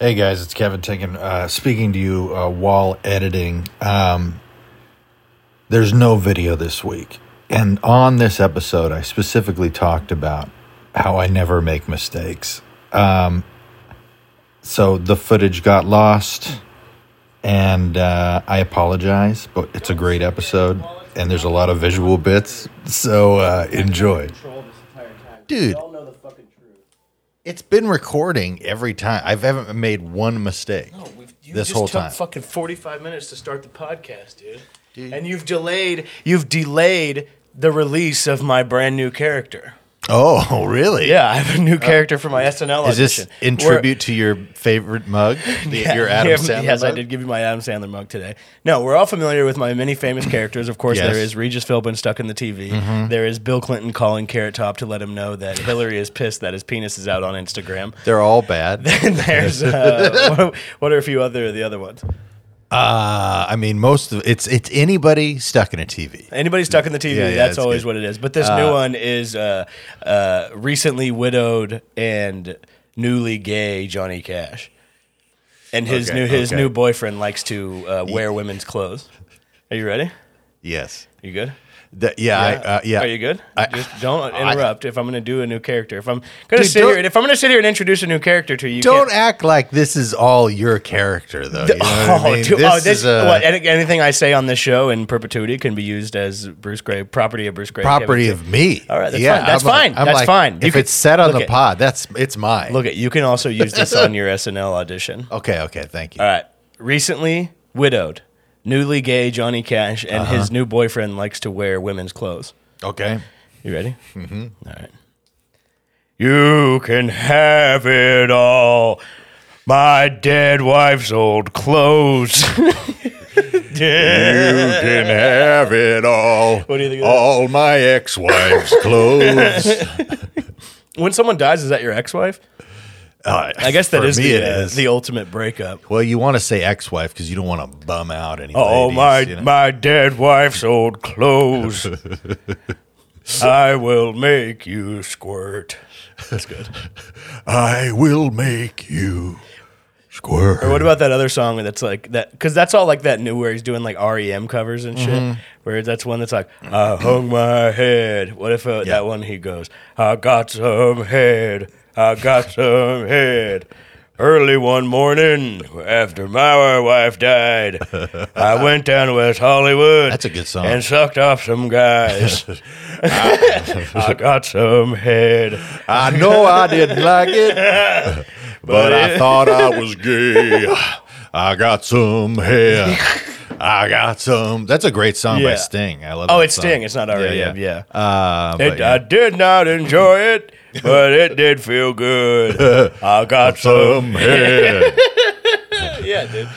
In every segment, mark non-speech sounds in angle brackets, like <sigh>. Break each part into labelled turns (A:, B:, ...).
A: Hey guys, it's Kevin Tinkin, uh, speaking to you uh, while editing. Um, there's no video this week. And on this episode, I specifically talked about how I never make mistakes. Um, so the footage got lost, and uh, I apologize, but it's a great episode, and there's a lot of visual bits. So uh, enjoy.
B: control this entire time.
A: Dude.
B: We all know the fucking truth.
A: It's been recording every time. I haven't made one mistake.
B: No, we've, you
A: This
B: just
A: whole
B: took
A: time.
B: fucking 45 minutes to start the podcast, dude. And you've delayed you've delayed the release of my brand new character.
A: Oh, <laughs> really?
B: Yeah, I have a new character for my SNL
A: Oh. Is this
B: audition.
A: in
B: We're-
A: tribute to your favorite
B: <laughs>
A: mug? The- your Adam
B: yeah,
A: Sandler
B: Yes, I
A: mug?
B: did give you my Adam Sandler mug today. No, we're all familiar with my many famous characters. Of course,
A: Yes. Mm-hmm.
B: there is Regis Philbin stuck in the TV. There is Bill Clinton calling Carrot Top to let him know that Hillary is pissed that his penis is out on Instagram.
A: They're all
B: <laughs>
A: bad.
B: And there's
A: <laughs>
B: uh, what- what are a few other the other ones?
A: Uh, I mean, most of it's it's anybody stuck in a TV.
B: Anybody stuck in the TV,
A: Yeah, yeah,
B: that's
A: it's
B: always
A: good.
B: what it is. But this new one is uh, uh, recently widowed and newly gay Johnny Cash, and his
A: Okay,
B: new his
A: okay.
B: new boyfriend likes to uh, wear women's clothes. Are you ready?
A: Yes.
B: You good?
A: The- yeah. I, uh, yeah.
B: Are you good?
A: I-
B: Just don't
A: I-
B: interrupt if I'm going to do a new character. If I'm going to
A: Dude,
B: sit
A: don't-
B: here, and if I'm going to sit here and introduce a new character to you, you,
A: Don't
B: can't-
A: act like this is all your character, though. You know
B: <laughs> Oh,
A: what I mean?
B: dude,
A: this
B: oh, this,
A: is a
B: what, any- anything I say on this show in perpetuity can be used as Bruce Gray property of Bruce Gray.
A: property
B: Kevin
A: of me.
B: All right,
A: I'm
B: that's fine. That's
A: like-
B: fine.
A: I'm
B: That's
A: like,
B: fine. You
A: If
B: can-
A: it's said on
B: look
A: the
B: at-
A: pod, that's it's mine.
B: Look at you can also use this on your SNL
A: <laughs>
B: audition.
A: Okay. Okay. Thank you.
B: All right. Recently widowed, newly gay Johnny Cash and
A: Uh-huh.
B: his new boyfriend likes to wear women's clothes. <laughs>
A: Okay.
B: You ready? Mm-hmm. All right. You can have it all. My dead wife's
A: <laughs>
B: old clothes. <laughs>
A: You can have it all. What
B: do you think of that?
A: All my ex-wife's clothes.
B: <laughs> when someone dies, is that your ex-wife?
A: Uh,
B: I guess that
A: for
B: is
A: me.
B: the,
A: it
B: uh,
A: is.
B: the ultimate breakup.
A: well, you want to say ex-wife because you don't want to bum out any.
B: Oh
A: ladies,
B: my
A: you know?
B: my dead wife's old <laughs> clothes. I will make you squirt. That's good.
A: I will make you squirt.
B: Or what about that other song that's like that? Because that's all like that new where he's doing like REM covers and shit.
A: Mm-hmm.
B: Where that's one that's like I hung my head. What if uh, that one he goes I got some head. I got some head. Early one morning after my
A: <laughs>
B: wife died, I went down to West Hollywood.
A: That's a good song.
B: And sucked off
A: <laughs>
B: some guys. <laughs> I got some head.
A: I know I didn't like
B: <laughs>
A: it, but I thought I was gay. I got some
B: <laughs>
A: hair. I got some. That's a great song by
B: Yeah.
A: Sting. I love.
B: Oh,
A: that
B: it's
A: song.
B: Sting. It's not REM. Yeah.
A: Uh,
B: It,
A: but yeah.
B: I did not enjoy it, but it did
A: <laughs>
B: feel good. I got
A: some
B: some. <laughs>
A: hair.
B: Yeah, dude.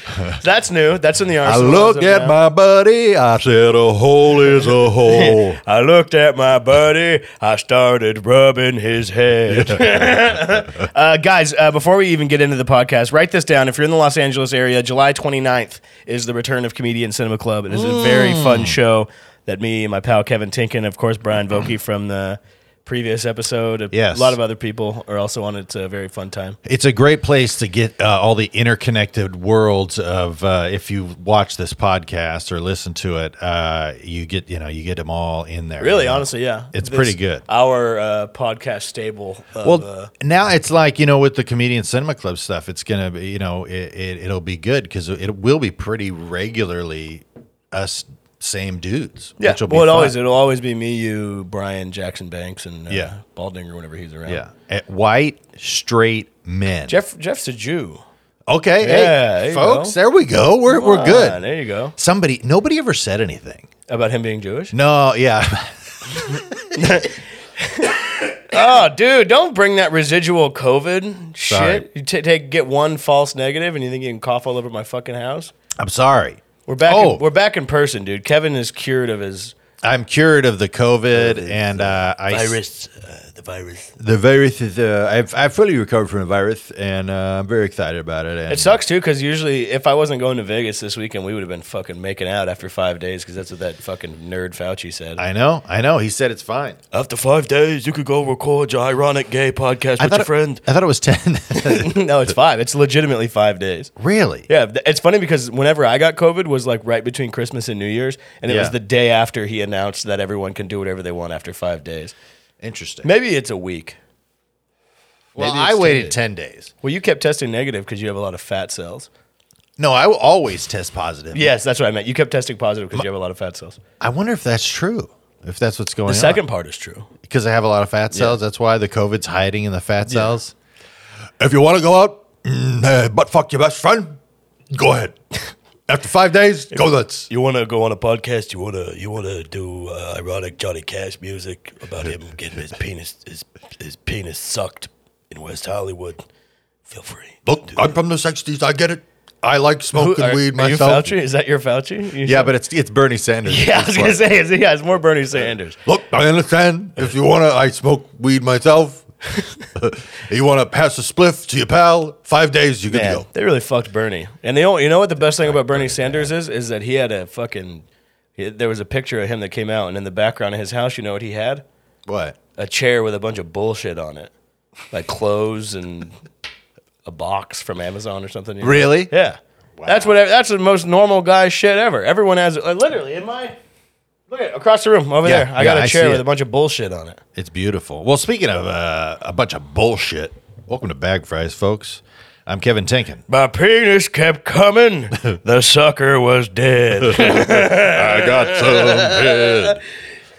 B: That's new. That's in the
A: I
B: arsenal.
A: looked
B: as of
A: at
B: now.
A: my buddy. I said, "A hole is a
B: <laughs>
A: hole."
B: I looked at my buddy. I started rubbing his head. <laughs> uh, guys, uh, before we even get into the podcast, write this down. If you're in the Los Angeles area, July 29th is the return of Comedian Cinema Club. It is a very
A: Mm.
B: fun show that me and my pal Kevin Tinkin, of course, Brian Vokey from the previous episode, a
A: Yes.
B: lot of other people are also on it. It's a very fun time.
A: It's a great place to get uh, all the interconnected worlds of uh, if you watch this podcast or listen to it, uh, you get you know you get them all in there.
B: Really,
A: you know?
B: honestly, yeah,
A: It's pretty good.
B: Our uh, podcast stable. Of,
A: Well,
B: uh,
A: now it's like you know with the comedian cinema club stuff, it's gonna be you know it, it it'll be good because it will be pretty regularly us same dudes.
B: yeah.
A: which will be
B: well, it
A: fun.
B: always it'll always be me, you, Brian, Jackson Banks, and uh,
A: Yeah.
B: Baldinger whenever he's around.
A: yeah At white straight men.
B: Jeff Jeff's a Jew.
A: okay,
B: Yeah, there
A: hey,
B: you
A: folks,
B: go.
A: there we go. We're we're
B: Ah,
A: good.
B: there you go.
A: Somebody, nobody ever said anything.
B: About him being Jewish.
A: No, yeah. <laughs>
B: Oh, dude, don't bring that residual COVID
A: Sorry.
B: shit. You ta take get one false negative, and you think you can cough all over my fucking house?
A: I'm sorry.
B: We're back.
A: Oh.
B: In, we're back in person, dude. Kevin is cured of his
A: I'm cured of the COVID, and uh, I
B: virus, uh, the virus.
A: The virus is. Uh, I've I fully recovered from the virus, and uh, I'm very excited about it. And
B: It sucks too, because usually if I wasn't going to Vegas this weekend, we would have been fucking making out after five days, because that's what that fucking nerd Fauci said.
A: I know, I know. He said it's fine.
B: after five days, you could go record your ironic gay podcast with your
A: it,
B: friend.
A: I thought it was ten.
B: <laughs>
A: <laughs>
B: no, it's five. It's legitimately five days.
A: really?
B: Yeah, th- it's funny because whenever I got COVID was like right between Christmas and New Year's, and it
A: Yeah.
B: was the day after he announced that everyone can do whatever they want after five days.
A: Interesting.
B: Maybe it's a week.
A: well,
B: maybe it's
A: I
B: 10
A: waited
B: days.
A: ten days.
B: Well, you kept testing negative because you have a lot of fat cells.
A: No, I will always test positive.
B: Yes, that's what I meant. You kept testing positive because you have a lot of fat cells.
A: I wonder if that's true. If that's what's going
B: The
A: on.
B: second part is true.
A: because I have a lot of fat cells. That's why the COVID's hiding in the fat cells. If you want to go out, mm, uh, butt fuck your best friend. Go
B: <laughs>
A: ahead. After five days, go nuts.
B: You want to go on a podcast? You want to you want to do uh, ironic Johnny Cash music about <laughs> him getting his penis his his penis sucked in West Hollywood? Feel free.
A: Look, I'm from the '60s. I get it. I like smoking weed
B: Are you
A: myself.
B: Fauci? Is that your Fauci? You
A: yeah, but it's it's Bernie Sanders.
B: <laughs> yeah, I
A: It's
B: was gonna
A: like,
B: say, it's, yeah, it's more Bernie Sanders.
A: Look, I understand. If you wanna, I smoke weed
B: <laughs>
A: myself. you wanna pass a spliff to your pal? Five days, you can
B: Man,
A: go.
B: they really fucked Bernie. And they only, you know what the best thing about Bernie Sanders is is that he had a fucking. he- There was a picture of him that came out, and in the background of his house, you know what he had?
A: What?
B: A chair with a bunch of bullshit on it, like clothes and a box from Amazon or something. you know?
A: Really?
B: Yeah. That's what. e, That's the most normal guy shit ever. Everyone has like, literally in my. Look at across the room over
A: Yeah,
B: there. I
A: yeah,
B: got a
A: I
B: chair
A: see
B: with
A: it.
B: a bunch of bullshit on it.
A: It's beautiful. Well, speaking of uh, a bunch of bullshit, welcome to Bag Fries, folks. I'm Kevin Tinkin.
B: My penis kept <laughs> coming. the sucker was dead.
A: I got some head.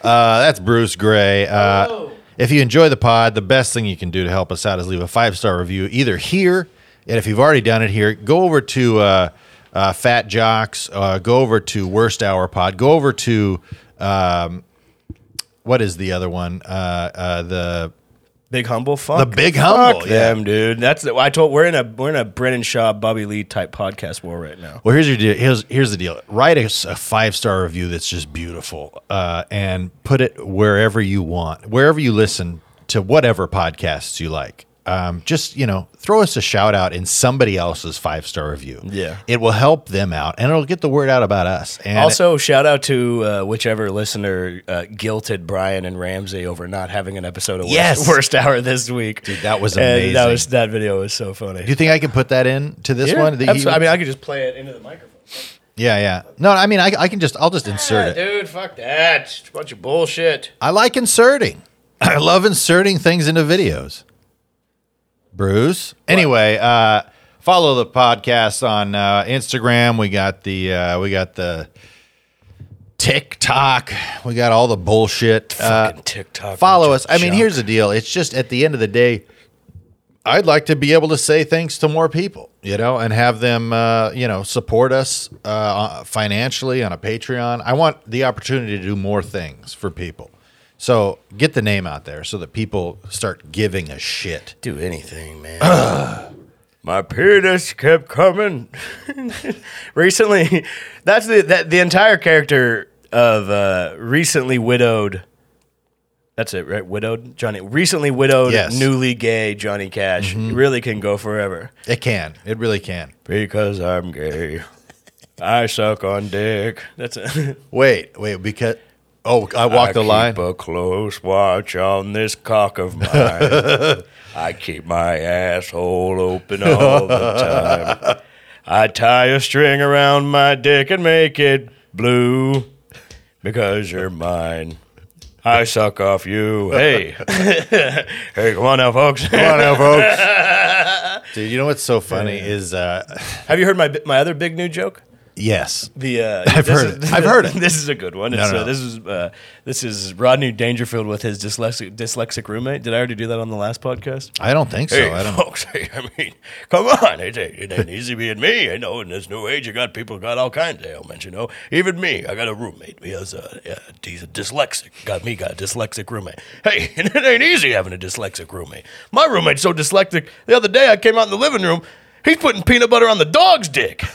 A: Uh, that's Bruce Gray. Uh, if you enjoy the pod, the best thing you can do to help us out is leave a five star review either here, and if you've already done it here, go over to uh, uh, Fat Jocks, uh, go over to Worst Hour Pod, go over to um, what is the other one? Uh, uh, the
B: <laughs> Big humble fuck.
A: the Big Humble.
B: Fuck
A: yeah.
B: them, dude. That's the, I told we're in a we're in a Brennan Shaw, Bobby Lee type podcast war right now.
A: Well, here's your deal. Here's here's the deal. Write us a five star review that's just beautiful, uh, and put it wherever you want, wherever you listen to whatever podcasts you like. Um, just you know, throw us a shout out in somebody else's five star review.
B: Yeah.
A: it will help them out, and it'll get the word out about us. And
B: Also, shout out to uh, whichever listener uh, guilted Brian and Ramsey over not having an episode of worst,
A: Yes.
B: worst hour this week. Dude,
A: that was
B: that
A: amazing.
B: was that video was so funny.
A: do you think I can put that in to this
B: Yeah,
A: one? That
B: abso-
A: you-
B: I mean, I could just play it into the microphone.
A: yeah, yeah. No, I mean, I, I can just I'll just insert
B: Yeah,
A: it.
B: dude, fuck that. It's a bunch of bullshit.
A: I like inserting. <laughs> I love inserting things into videos. Bruce. Anyway, uh, follow the podcast on uh, Instagram. We got the uh, we got the TikTok. We got all the bullshit. Uh,
B: Fucking TikTok.
A: follow
B: bunch
A: us.
B: of
A: I mean,
B: junk.
A: here's the deal. It's just at the end of the day, I'd like to be able to say thanks to more people, you know, and have them, uh, you know, support us uh, financially on a Patreon. I want the opportunity to do more things for people. So get the name out there so that people start giving a shit.
B: do anything, man. <clears throat> My penis kept coming. <laughs> recently, <laughs> that's the that, the entire character of uh, recently widowed. That's it, right? Widowed Johnny, recently widowed,
A: Yes.
B: newly gay Johnny Cash really can go forever
A: It can. It really can.
B: because I'm <laughs> gay. I suck on dick. That's it. <laughs>
A: Wait, wait, because oh, I walked
B: I
A: the
B: keep
A: line.
B: A close watch on this cock of mine.
A: <laughs>
B: I keep my asshole open all the time. I tie a string around my dick and make it blue because you're mine. I suck off you.
A: <laughs>
B: Hey, hey, come on now, folks.
A: Come on now, folks. Dude, you know what's so funny is uh,
B: <laughs>
A: <laughs>
B: Have you heard my my other big new joke?
A: yes.
B: The uh,
A: <laughs> I've
B: this
A: heard
B: is-
A: it.
B: <laughs>
A: I've heard it.
B: This is a good one. It's,
A: no,
B: uh,
A: no.
B: this is uh, this is Rodney Dangerfield with his dyslexic dyslexic roommate. Did I already do that on the last podcast?
A: I don't think so.
B: Hey,
A: I don't
B: <laughs> folks, hey, I mean, come on. It, ain't- it ain't easy being me. I know in this new age, you got people got all kinds of ailments, you know. Even me, I got a roommate. He has a, yeah, he's a dyslexic. Got me, got a dyslexic roommate. Hey, <laughs> and it ain't easy having a dyslexic roommate. My roommate's
A: <laughs>
B: so dyslexic, the other day I came out in the living room, he's putting peanut butter on the dog's dick. <laughs>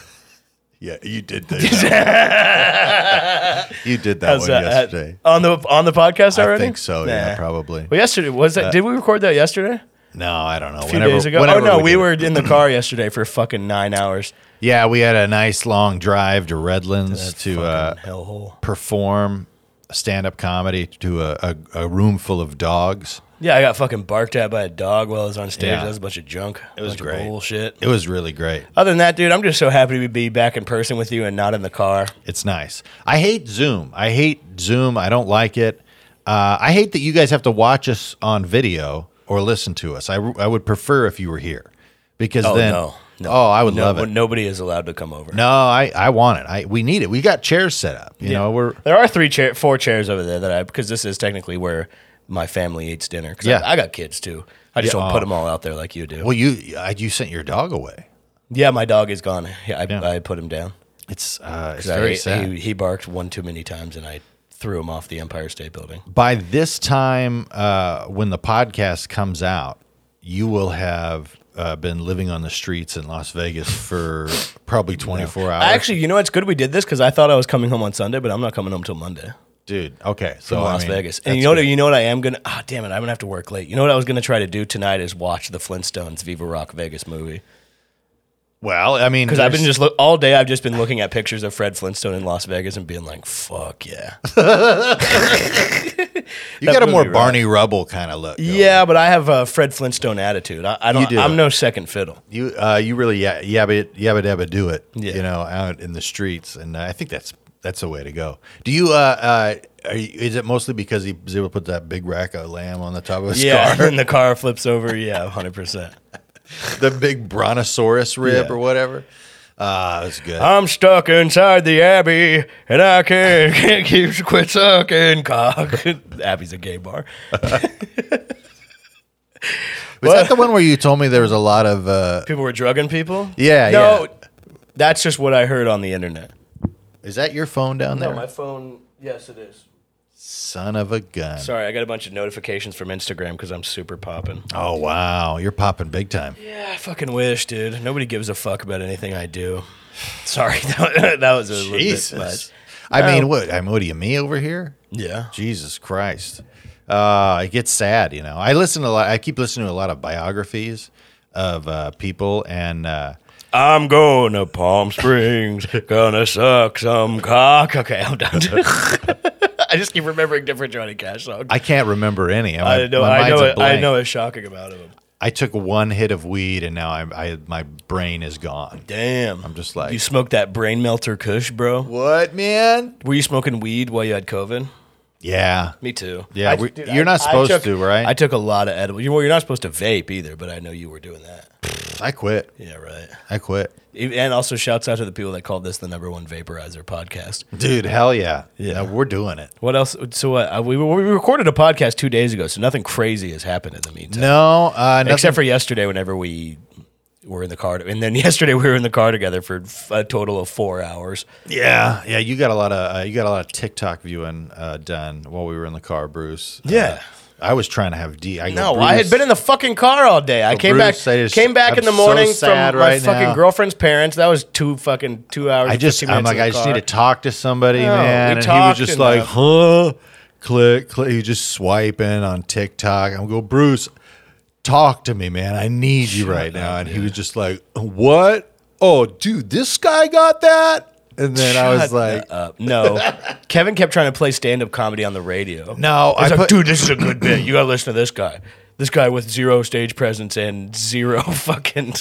A: Yeah, you did do that. <laughs> you did that
B: How's
A: one
B: that?
A: yesterday.
B: uh, on the on the podcast
A: I
B: already?
A: think so. Yeah,
B: Nah.
A: probably. Uh,
B: Well, yesterday was that? did we record that yesterday?
A: No, I don't know.
B: A few days ago. Oh no, we, were in
A: <clears throat>
B: the car yesterday for fucking nine hours.
A: Yeah, we had a nice long drive to Redlands to uh,
B: Fucking hellhole.
A: perform stand-up comedy to a, a, a room full of dogs.
B: Yeah, I got fucking barked at by a dog while I was on stage.
A: Yeah.
B: That was a bunch of junk. It
A: was great.
B: bullshit.
A: It was really great.
B: Other than that, dude, I'm just so happy to be back in person with you and not in the car.
A: It's nice. I hate Zoom. I hate Zoom. I don't like it. Uh, I hate that you guys have to watch us on video or listen to us. I, I would prefer if you were here because
B: Oh
A: then
B: no, no.
A: oh I would
B: no,
A: love it.
B: Nobody is allowed to come over.
A: No, I, I want it. I we need it. We got chairs set up. You know, we're
B: There are three chair, four chairs over there that I because this is technically where my family eats dinner. 'Cause I-
A: Yeah.
B: I, got kids too. I just
A: Yeah, Oh.
B: don't put
A: aw.
B: them all out there like you do.
A: well. You I, you sent your dog away.
B: yeah, my dog is gone. Yeah, I,
A: Yeah.
B: I put him down.
A: It's uh, it's
B: 'Cause I-
A: very
B: he-
A: sad.
B: He, he barked one too many times, and I threw him off the Empire State Building.
A: By this time, uh, when the podcast comes out, you will have uh, been living on the streets in Las Vegas
B: <laughs>
A: for probably twenty four hours.
B: I actually, you know, it's good we did this because I thought I was coming home on Sunday, but I'm not coming home till Monday.
A: dude. Okay, so Oh, I
B: Las
A: mean,
B: Vegas. And
A: that's
B: you know what?
A: good.
B: You know what I am gonna. Ah, damn it! I'm gonna have to work late. You know what I was gonna try to do tonight is watch the Flintstones Viva Rock Vegas movie
A: Well, I mean,
B: because I've been
A: there's-
B: just look all day. I've just been looking at pictures of Fred Flintstone in Las Vegas and being like, "Fuck yeah,
A: you got a
B: movie,
A: more
B: right?
A: Barney Rubble kind of look. going.
B: yeah." But I have a Fred Flintstone attitude. I, I don't.
A: do.
B: I'm no second fiddle.
A: you uh, you really yeah yabba yabba dabba do it.
B: Yeah.
A: You know, out in the streets, and I think that's that's the way to go. Do you? Uh, uh, are you, is it mostly because he was able to put that big rack of lamb on the top of his
B: Yeah,
A: car, <laughs>
B: <laughs> and the car flips over. Yeah, hundred percent.
A: the big brontosaurus rib
B: Yeah.
A: or whatever? Uh, that's good.
B: I'm stuck inside the Abbey and I can't, <laughs> can't keep quit sucking cock. <laughs> Abbey's a gay bar.
A: was that the one where you told me there was a lot of? Uh,
B: People were drugging people?
A: <laughs> Yeah,
B: no,
A: yeah.
B: that's just what I heard on the internet.
A: is that your phone down there?
B: phone, yes, it is.
A: Son of a gun!
B: Sorry, I got a bunch of notifications from Instagram because I'm super popping.
A: Oh wow, you're popping big time.
B: Yeah, I fucking wish, dude. Nobody gives a fuck about anything I do. <sighs> Sorry, <laughs> that was a little bit much.
A: Jesus. I mean, what? I mean, what do you mean over here?
B: Yeah.
A: Jesus Christ. Uh, it gets sad, you know. I listen to a lot. I keep listening to a lot of biographies of uh, people, and uh,
B: I'm going to Palm Springs, gonna suck some cock. Okay, I'm done. <laughs> I just keep remembering different Johnny Cash songs. I,
A: I can't remember any. My-
B: know,
A: my
B: I
A: mind's
B: know,
A: a
B: it, I
A: blank.
B: know, it's shocking about him.
A: I took one hit of weed, and now I, I my brain is gone.
B: Damn, I'm
A: just like-
B: you smoked that brain melter Kush, bro.
A: What man?
B: Were you smoking weed while you had COVID?
A: Yeah,
B: Me too.
A: Yeah,
B: I-
A: we- you're not supposed
B: took-
A: to, right?
B: I took a lot of edibles. Well, you're not supposed to vape either, but I know you were doing that.
A: I quit.
B: Yeah, right.
A: I quit,
B: And also, shouts out to the people that called this the number one vaporizer podcast.
A: dude. Hell yeah, yeah. we're doing it.
B: What else? So what? Uh, we, we recorded a podcast two days ago, so nothing crazy has happened in the meantime,
A: No, uh, nothing-
B: except for yesterday. Whenever we were in the car, and then <laughs> yesterday we were in the car together for f- a total of four hours.
A: yeah, yeah. You got a lot of uh, you got a lot of TikTok viewing uh, done while we were in the car, Bruce.
B: Yeah.
A: Uh, I was trying to have D. I go,
B: No, I had
A: "Bruce,
B: been in the fucking car all day. I came
A: Bruce,
B: back,
A: I just-
B: came back
A: I'm
B: in the
A: so
B: morning
A: sad
B: from
A: right
B: my fucking
A: now.
B: girlfriend's parents. That was two fucking two hours.
A: I
B: and
A: just
B: 15
A: I'm
B: minutes
A: like
B: in the
A: I just
B: car.
A: need to talk to somebody, man.
B: we
A: And he was
B: talked
A: just
B: and,
A: like,
B: uh,
A: huh? Click, click. He was just swiping on TikTok. I'm go, Bruce, talk to me, man. I need you right now. And he was just like, what? Oh, dude, this guy got that. And then I was
B: Shut
A: like, <laughs>
B: up. no. Kevin kept trying to play stand up comedy on the radio.
A: no,
B: He's
A: I
B: like,
A: put,
B: dude, this is a good bit. You gotta listen to this guy. This guy with zero stage presence and zero <laughs> fucking.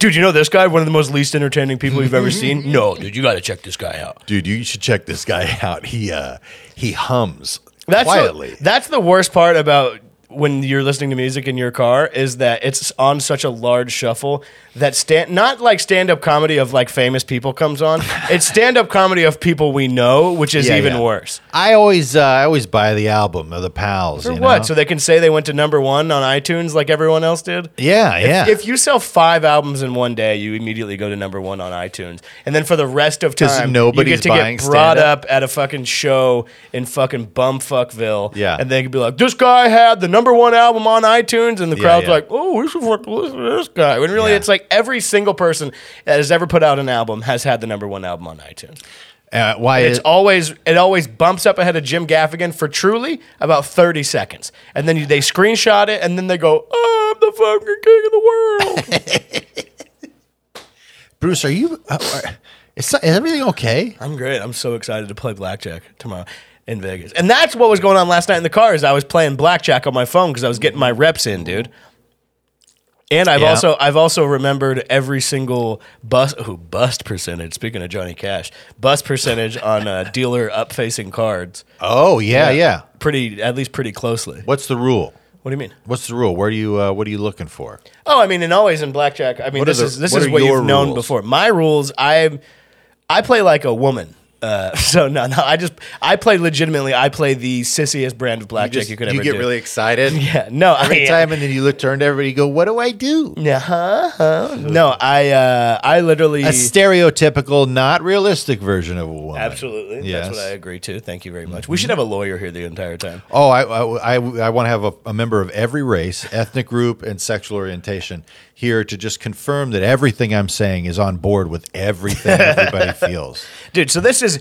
B: dude, you know this guy? One of the most least entertaining people you've
A: <laughs>
B: ever seen? No, dude, you gotta check this guy out.
A: dude, you should check this guy <laughs> out. He uh, he hums
B: That's
A: quietly.
B: The, that's the worst part about when you're listening to music in your car is that it's on such a large shuffle that stand not like stand up comedy of like famous people comes
A: <laughs>
B: on. it's stand up comedy of people we know, which is
A: Yeah,
B: even
A: yeah.
B: worse.
A: I always uh, I always buy the album of the pals.
B: For
A: you
B: what?
A: know?
B: So they can say they went to number one on iTunes like everyone else did?
A: yeah, yeah.
B: If you sell five albums in one day, you immediately go to number one on iTunes, and then for the rest of
A: 'Cause
B: time,
A: nobody's
B: you get to
A: buying
B: get brought
A: stand-up?
B: up at a fucking show in fucking bumfuckville,
A: Yeah.
B: and they could be like, "This guy had the number one album on iTunes, and the
A: Yeah,
B: crowd's
A: yeah.
B: like, "Oh, we should fucking listen to this guy." When really,
A: Yeah.
B: it's like every single person that has ever put out an album has had the number one album on iTunes.
A: Uh, why is
B: It's always it always bumps up ahead of Jim Gaffigan for truly about thirty seconds, and then you, they screenshot it, and then they go, "Oh, "I'm the fucking king of the world."
A: Bruce? Are you? Uh, are- is, so- is everything okay?
B: I'm great. I'm so excited to play blackjack tomorrow in Vegas. And that's what was going on last night in the car is I was playing blackjack on my phone because I was getting my reps in, dude. And I've
A: Yeah.
B: also I've also remembered every single bust ooh, bust percentage. Speaking of Johnny Cash, bust percentage on uh, dealer up facing cards,
A: Oh yeah, yeah,
B: pretty at least pretty closely.
A: What's the rule?
B: What do you mean?
A: What's the rule? Where do you? Uh, what are you looking for?
B: Oh, I mean, and always in blackjack. I mean,
A: What are
B: this
A: the-
B: is this
A: what
B: is
A: are
B: what you've
A: your
B: known
A: rules?
B: before. My rules, I I play like a woman. Uh, <laughs> so no, no, I just I play legitimately. I play the sissiest brand of blackjack you,
A: Just-
B: could ever
A: get
B: do.
A: really excited.
B: <laughs> yeah, no,
A: Every
B: I,
A: time, and then you look turned to everybody. You go, "What do I do?"
B: <laughs> Yeah, huh, huh. No, I uh, I literally
A: A stereotypical, not realistic version of a woman.
B: absolutely. That's what
A: Yes. Mm-hmm.
B: I agree to. Thank you very much. We should have a lawyer here the entire time.
A: Oh, I I, I, want to have a, a member of every race, ethnic group, and sexual orientation here to just confirm that everything I'm saying is on board with everything
B: <laughs>
A: everybody feels.
B: dude. So this is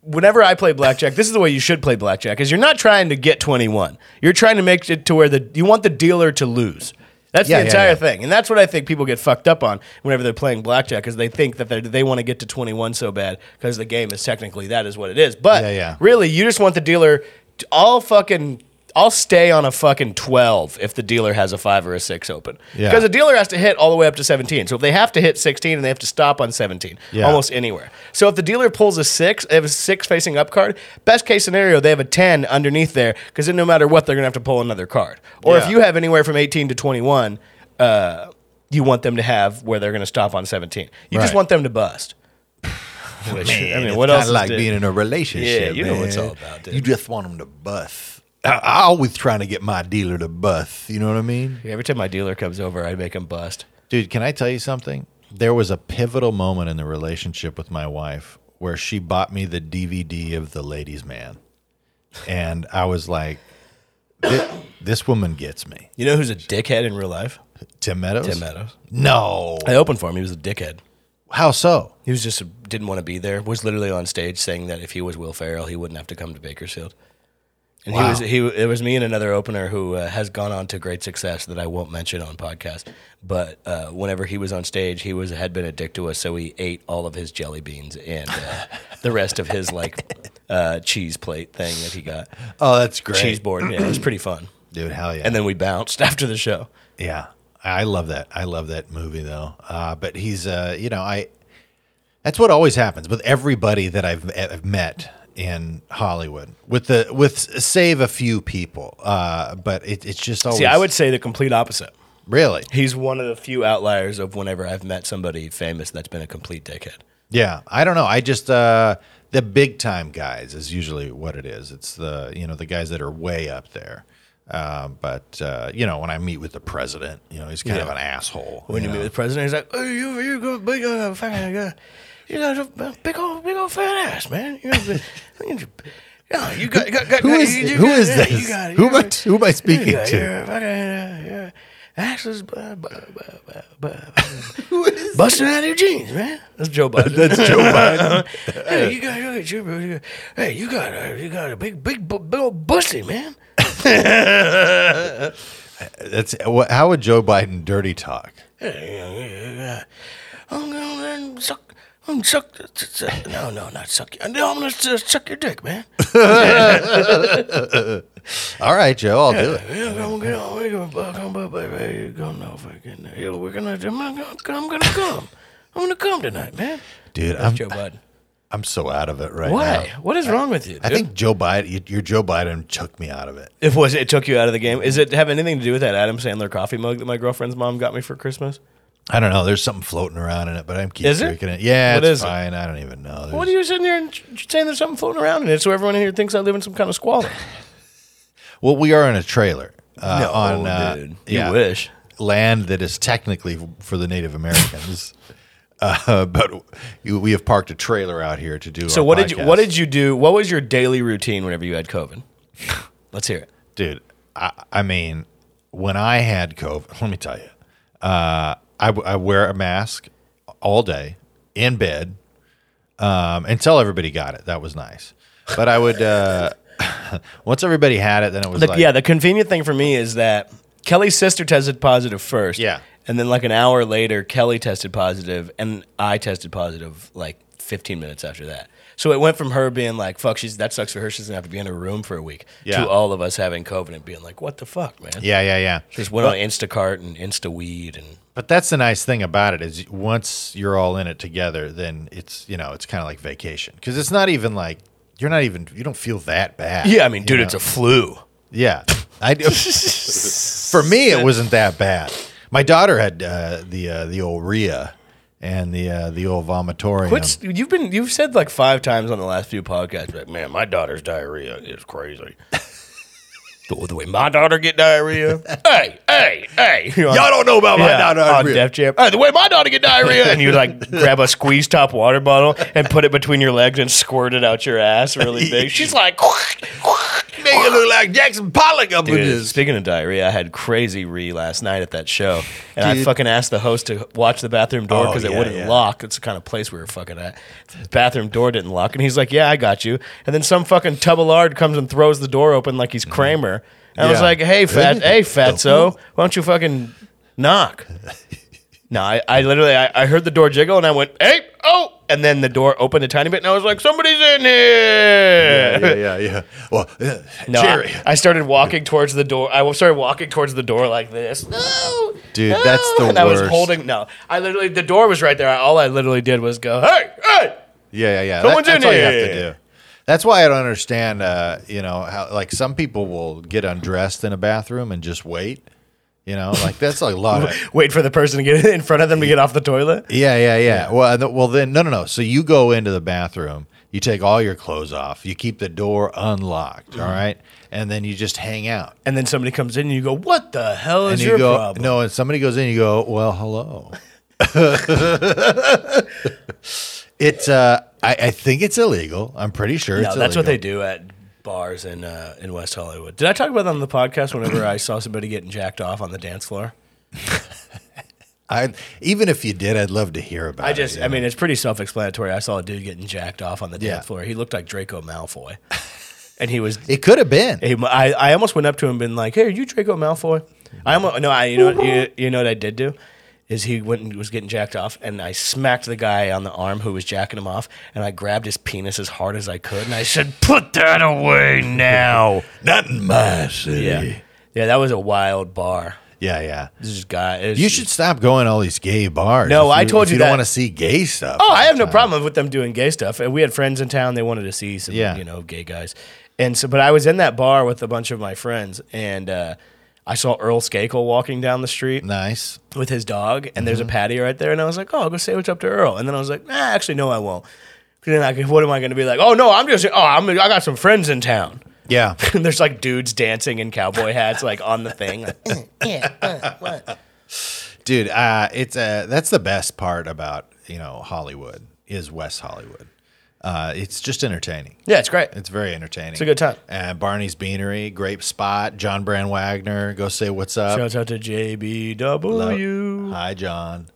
B: whenever I play blackjack. This is the way you should play blackjack. Is you're not trying to get 21. You're trying to make it to where the you want the dealer to lose. That's
A: Yeah,
B: the
A: yeah,
B: entire
A: yeah.
B: thing, and that's what I think people get fucked up on whenever they're playing blackjack, is they think that they they want to get to 21 so bad because the game is technically that is what it is. But
A: Yeah, yeah.
B: really, you just want the dealer. To, I'll fucking I'll stay on a fucking 12 if the dealer has a five or a six open
A: Yeah.
B: because the dealer has to hit all the way up to 17. So if they have to hit 16 and they have to stop on 17,
A: Yeah.
B: almost anywhere. So if the dealer pulls a six, they have a six facing up card. Best case scenario, they have a ten underneath there because then no matter what, they're gonna have to pull another card. Or if
A: Yeah.
B: you have anywhere from eighteen to twenty-one, uh, you want them to have where they're gonna stop on seventeen. You just
A: Right.
B: want them to <sighs> bust. Which, I mean, what
A: it's kinda
B: else? is
A: like
B: there?
A: being in a relationship.
B: Yeah, you know what it's
A: man.
B: all about, dude.
A: You just want them to bust. I, I always trying to get my dealer to bust. You know what I mean,
B: Every time my dealer comes over, I make him bust.
A: dude? Can I tell you something? There was a pivotal moment in the relationship with my wife where she bought me the DVD of The Ladies' Man, and I was like, "Thi- "This woman gets me."
B: You know who's a dickhead in real life?
A: Tim Meadows.
B: Tim Meadows.
A: No.
B: I opened for him. He was a dickhead.
A: How so?
B: He was just didn't want to be there. Was literally on stage saying that if he was Will Ferrell, he wouldn't have to come to Bakersfield. And
A: Wow.
B: he was he. It was me and another opener who uh, has gone on to great success that I won't mention on podcast. But uh, whenever he was on stage, he was had been addicted to us, so he ate all of his jelly beans and
A: <laughs>
B: uh, the rest of his like uh, cheese plate thing that he got
A: Oh, that's great,
B: cheese board. Yeah, it was pretty fun.
A: dude. Hell yeah.
B: And then we bounced <laughs> after the show.
A: Yeah, I love that. I love that movie though. Uh, but he's, uh, you know, I. That's what always happens with everybody that I've, I've met in Hollywood. With the with save a few people, uh, but it, it's just always.
B: See, I would say the complete opposite.
A: really.
B: He's one of the few outliers of whenever I've met somebody famous that's been a complete dickhead.
A: Yeah, I don't know. I just uh, the big time guys is usually what it is. It's the you know the guys that are way up there. Uh, but uh, you know when I meet with the president, you know he's kind of
B: Yeah.
A: an asshole.
B: When you meet with the president, he's like, "Oh, you, you go big old fucking, uh, you got a big old, big old fat ass, man. You know, <laughs> you, yeah, you got, got, got
A: Who is-
B: <laughs> you, you
A: who
B: got-
A: is
B: yeah,
A: this?
B: You got, it,
A: Who
B: you
A: am I-
B: got it.
A: who am I
B: You
A: speaking
B: got
A: to?
B: Your fucking, uh, your ass is bu- bu- bu- bu- bu-
A: <laughs>
B: bu- busting out of your jeans, man. That's Joe Biden. That's Joe Biden. <laughs> hey, you got, you got, your- you got, hey, you got, a, you got a big, big, bu- big old busty, man.
A: That's wh- how would Joe Biden dirty talk?
B: I'm gonna suck. I'm gonna suck. No, no, not suck. you. No, I'm gonna s- suck your dick, man.
A: All right, Joe, I'll do it.
B: We're gonna get all- we're gonna fuck, I'm gonna- baby, you're gonna know fucking- yeah, we're gonna- I'm gonna I'm gonna come. I'm gonna come tonight, man.
A: Dude, I'm,
B: Joe Biden.
A: I'm so out of it right now.
B: Why? What is wrong with you?
A: I think Joe Biden, you- your Joe Biden took me out of it.
B: it was it took you out of the game. Is it have anything to do with that Adam Sandler coffee mug that my girlfriend's mom got me for Christmas?
A: I don't know. There's something floating around in it, but I'm keep
B: Is it?
A: drinking it. Yeah,
B: What
A: it's
B: is it?
A: fine. I don't even know.
B: What
A: There's-
B: are you sitting here and ch- saying there's something floating around in it so everyone here thinks I live in some kind of squalor?
A: well, we are in a trailer uh, on uh,
B: dude.
A: yeah,
B: You wish.
A: land that is technically for the Native Americans. <laughs> Uh, but you, we have parked a trailer out here to do.
B: So
A: our
B: what did you what
A: podcast.
B: <laughs> did you do? What was your daily routine whenever you had COVID? Let's hear it.
A: dude I, I mean, when I had COVID, <laughs> let me tell you, uh, I, I wear a mask all day in bed um, until everybody got it. That was nice. But I would, uh, <laughs> once everybody had it, then it was
B: The,
A: like,
B: yeah, the convenient thing for me is that Kelly's sister tested positive first.
A: Yeah.
B: And then like an hour later, Kelly tested positive, and I tested positive like 15 minutes after that. So it went from her being like, "Fuck, she's that sucks for her. She's gonna have to be in her room for a week."
A: Yeah.
B: To all of us having COVID and being like, "What the fuck, man?"
A: yeah, yeah, yeah.
B: Just went on Instacart and InstaWeed and
A: But that's the nice thing about it is once you're all in it together, then it's you know it's kind of like vacation because it's not even like you're not even you don't feel that bad.
B: yeah. I mean,
A: you
B: dude,
A: know?
B: it's a flu.
A: yeah. I
B: <laughs>
A: do. for me, it wasn't that bad. My daughter had uh, the uh, the old Rhea and the uh, the old vomitorium.
B: Quit, s- you've been you've said like five times on the last few podcasts, like, man, my daughter's diarrhea
A: <laughs>
B: is crazy. the, the way my daughter get
A: <laughs>
B: diarrhea, hey, hey, hey, You're on-
A: Y'all don't know about my
B: yeah,
A: daughter.
B: on
A: Rhea.
B: Def Jam. Hey, the way my daughter get diarrhea, and
A: <laughs>
B: you like grab a squeeze top water bottle and put it between your legs and squirt it out your ass
A: <laughs>
B: really big. She's like. <laughs>
A: Make it look like Jackson Pollock up
B: Dude,
A: in this.
B: speaking of diarrhea, I had crazy re last night at that show, and I
A: Dude.
B: fucking asked the host to watch the bathroom door
A: Oh,
B: because it
A: yeah,
B: wouldn't
A: yeah.
B: lock. That's the kind of place we were fucking at. The bathroom door didn't lock, and he's like, "Yeah, I got you." And then some fucking tubalard comes and throws the door open like he's Kramer. And I was
A: Mm-hmm. Yeah. Oh.
B: like, "Hey, fat, hey, fatso, why don't you fucking
A: <laughs>
B: knock?" No, I, I literally I, I heard the door jiggle and I went, hey, oh, and then the door opened a tiny bit and I was like, somebody's in here.
A: Yeah, yeah,
B: <laughs>
A: yeah. Well, yeah.
B: No,
A: Jerry.
B: I, I started walking towards the door. I started walking towards the door like this. No,
A: Dude,
B: no.
A: that's the
B: and I was
A: worst.
B: holding. No, I literally the door was right there. All I literally did was go, hey, hey.
A: Yeah, yeah, yeah.
B: Someone's
A: that's
B: in
A: all you have
B: here.
A: to do. That's why I don't understand. Uh, you know, how like some people will get undressed in a bathroom and just wait. You know, like that's like a lot of.
B: <laughs> Wait for the person to get in front of them to get off the toilet.
A: Yeah, yeah, yeah. Well, th- well, then no, no, no. So you go into the bathroom, you take all your clothes off, you keep the door unlocked,
B: Mm-hmm.
A: all right, and then you just hang out.
B: And then somebody comes in and you go, what the hell
A: and
B: is
A: you
B: your
A: go
B: problem?
A: no, and somebody goes in, you go, well, hello. <laughs> it's uh, I, I think it's illegal. I'm pretty sure.
B: No,
A: it's
B: that's what
A: illegal.
B: they do at bars in uh, in West Hollywood. Did I talk about that on the podcast whenever I saw somebody getting jacked off on the dance floor?
A: I even if you did, I'd love to hear about.
B: I just,
A: it,
B: I mean, it's pretty self-explanatory. I saw a dude getting jacked off on the dance
A: Yeah.
B: floor. He looked like Draco Malfoy, <laughs> and he was.
A: it could have been.
B: He, I, I almost went up to him and been like, "Hey, are you Draco Malfoy?" I almost no. I you know what- you, you know what I did do is he went and was getting jacked off, and I smacked the guy on the arm who was jacking him off, and I grabbed his penis as hard as I could, and I said, "Put that away now."
A: <laughs> Not in my city.
B: yeah,
A: Yeah,
B: yeah, that was a wild bar.
A: yeah.
B: This is guy. it was-
A: You should stop going to all these gay bars.
B: No,
A: If
B: I told
A: if
B: you
A: you don't
B: that-
A: want to see gay stuff.
B: Oh, I have no problem with them doing gay stuff. And we had friends in town; they wanted to see some,
A: Yeah.
B: you know, gay guys. And so, but I was in that bar with a bunch of my friends, and uh, I saw Earl Skakel walking down the street
A: Nice.
B: with his dog, and there's a patio right there, and I was like, "Oh, I'll go say what's up to Earl." And then I was like, "Nah, actually, no, I won't." 'Cause Then I could, what am I going to be like? Oh no, I'm just oh I'm I got some friends in town. <laughs>
A: Yeah.
B: And there's like dudes dancing in cowboy hats like on the thing. Like, <laughs>
A: Dude, uh, it's uh, that's the best part about you know Hollywood is West Hollywood. Uh, it's just entertaining.
B: yeah, it's great.
A: It's very entertaining. It's
B: a good time.
A: And Barney's Beanery, Grape Spot, John Brand Wagner. Go say what's up.
B: Shouts out to
A: Hello.
B: JBW.
A: Hi, John.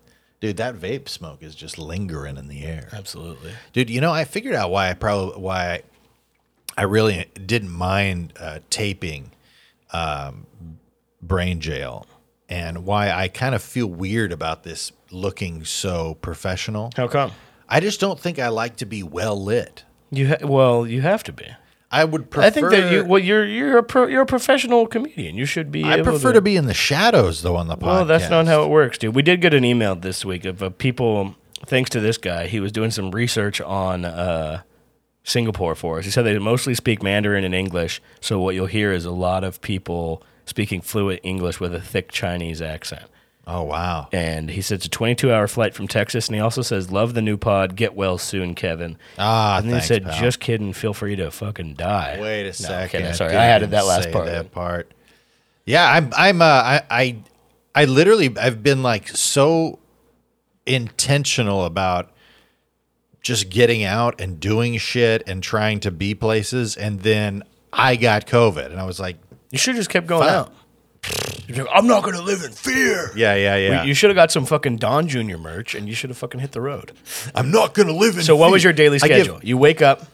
A: Dude, that vape smoke is just lingering in the air.
B: Absolutely.
A: Dude, you know, I figured out why I probably why I really didn't mind uh, taping um, Brain Jail, and why I kind of feel weird about this looking so professional.
B: How come?
A: I just don't think I like to be well lit.
B: You ha- well, you have to be.
A: I would prefer.
B: I think that you well, you're you're a pro, you're a professional comedian. You should be.
A: I
B: able
A: prefer to,
B: to
A: be in the shadows though on the podcast.
B: Well, that's not how it works, dude. We did get an email this week of uh, people. Thanks to this guy, he was doing some research on uh, Singapore for us. He said they mostly speak Mandarin and English, so what you'll hear is a lot of people speaking fluent English with a thick Chinese accent.
A: Oh wow.
B: And he said it's a 22-hour flight from Texas, and he also says, "Love the new pod. Get well soon, Kevin."
A: Ah,
B: And then
A: thanks,
B: he said,
A: pal.
B: "Just kidding. Feel free to fucking die."
A: Wait a
B: No, I'm
A: second.
B: kidding. Sorry,
A: didn't
B: I added that
A: even
B: last
A: say
B: part.
A: That part. Yeah, I'm. I'm. Uh, I. I. I literally. I've been like so intentional about just getting out and doing shit and trying to be places, and then I got COVID, and I was like,
B: You should have just kept going out. You'd be like, I'm not going to live in fear.
A: Yeah, yeah, yeah.
B: You should have got some fucking Don Jr. merch and you should have fucking hit the road.
A: I'm not gonna live in.
B: So, what was
A: fear.
B: your daily
A: I give-
B: schedule? you wake up.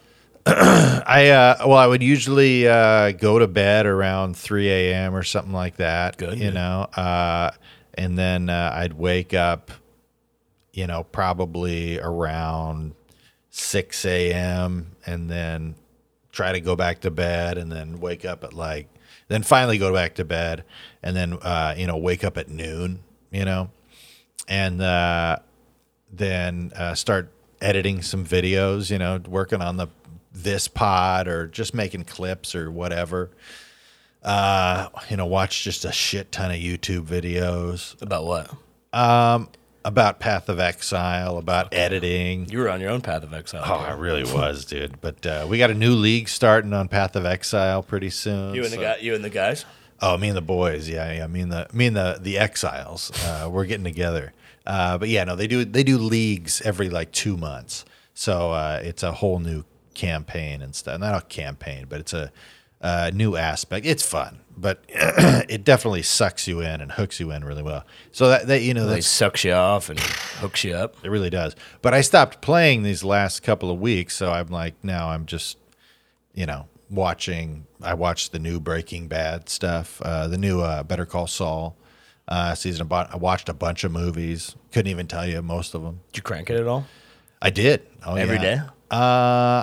A: I uh, well, I would usually uh, go to bed around 3 a.m. or something like that.
B: Good.
A: you know, uh, and then uh, I'd wake up, you know, probably around 6 a.m. and then try to go back to bed, and then wake up at like, then finally go back to bed, and then uh, you know, wake up at noon. You know, and uh, then uh, start editing some videos, you know, working on the this pod or just making clips or whatever. Uh, you know, watch just a shit ton of YouTube videos
B: About what?
A: about Path of Exile, about editing.
B: You were on your own path of exile.
A: Oh, I really was, dude. But uh, we got a new league starting on Path of Exile pretty soon.
B: you and
A: so-
B: the guy, you and the guys.
A: Oh, me and the boys, yeah, yeah. Me and the me and the the exiles. Uh, we're getting together. Uh, but yeah, no, they do they do leagues every like two months. So uh, it's a whole new campaign and stuff. Not a campaign, but it's a uh, new aspect. It's fun, but <clears throat> it definitely sucks you in and hooks you in really well. So that, that you know
B: They
A: that's
B: sucks you off and hooks you up.
A: it really does. But I stopped playing these last couple of weeks, so I'm like now I'm just, you know, watching. I watched the new Breaking Bad stuff, uh, the new uh, Better Call Saul uh, season. About I watched a bunch of movies. Couldn't even tell you most of them.
B: Did you crank it at all?
A: I did. Oh,
B: Every
A: yeah.
B: day?
A: Uh,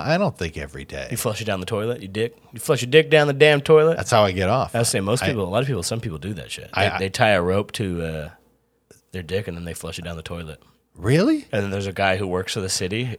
A: I don't think every day.
B: You flush it down the toilet, you dick. You flush your dick down the damn toilet.
A: That's how I get off.
B: I would say most
A: I-
B: people, a lot of people, some people do that shit. They,
A: I- I-
B: they tie a rope to uh, their dick and then they flush it down the toilet.
A: really?
B: And then there's a guy who works for the city,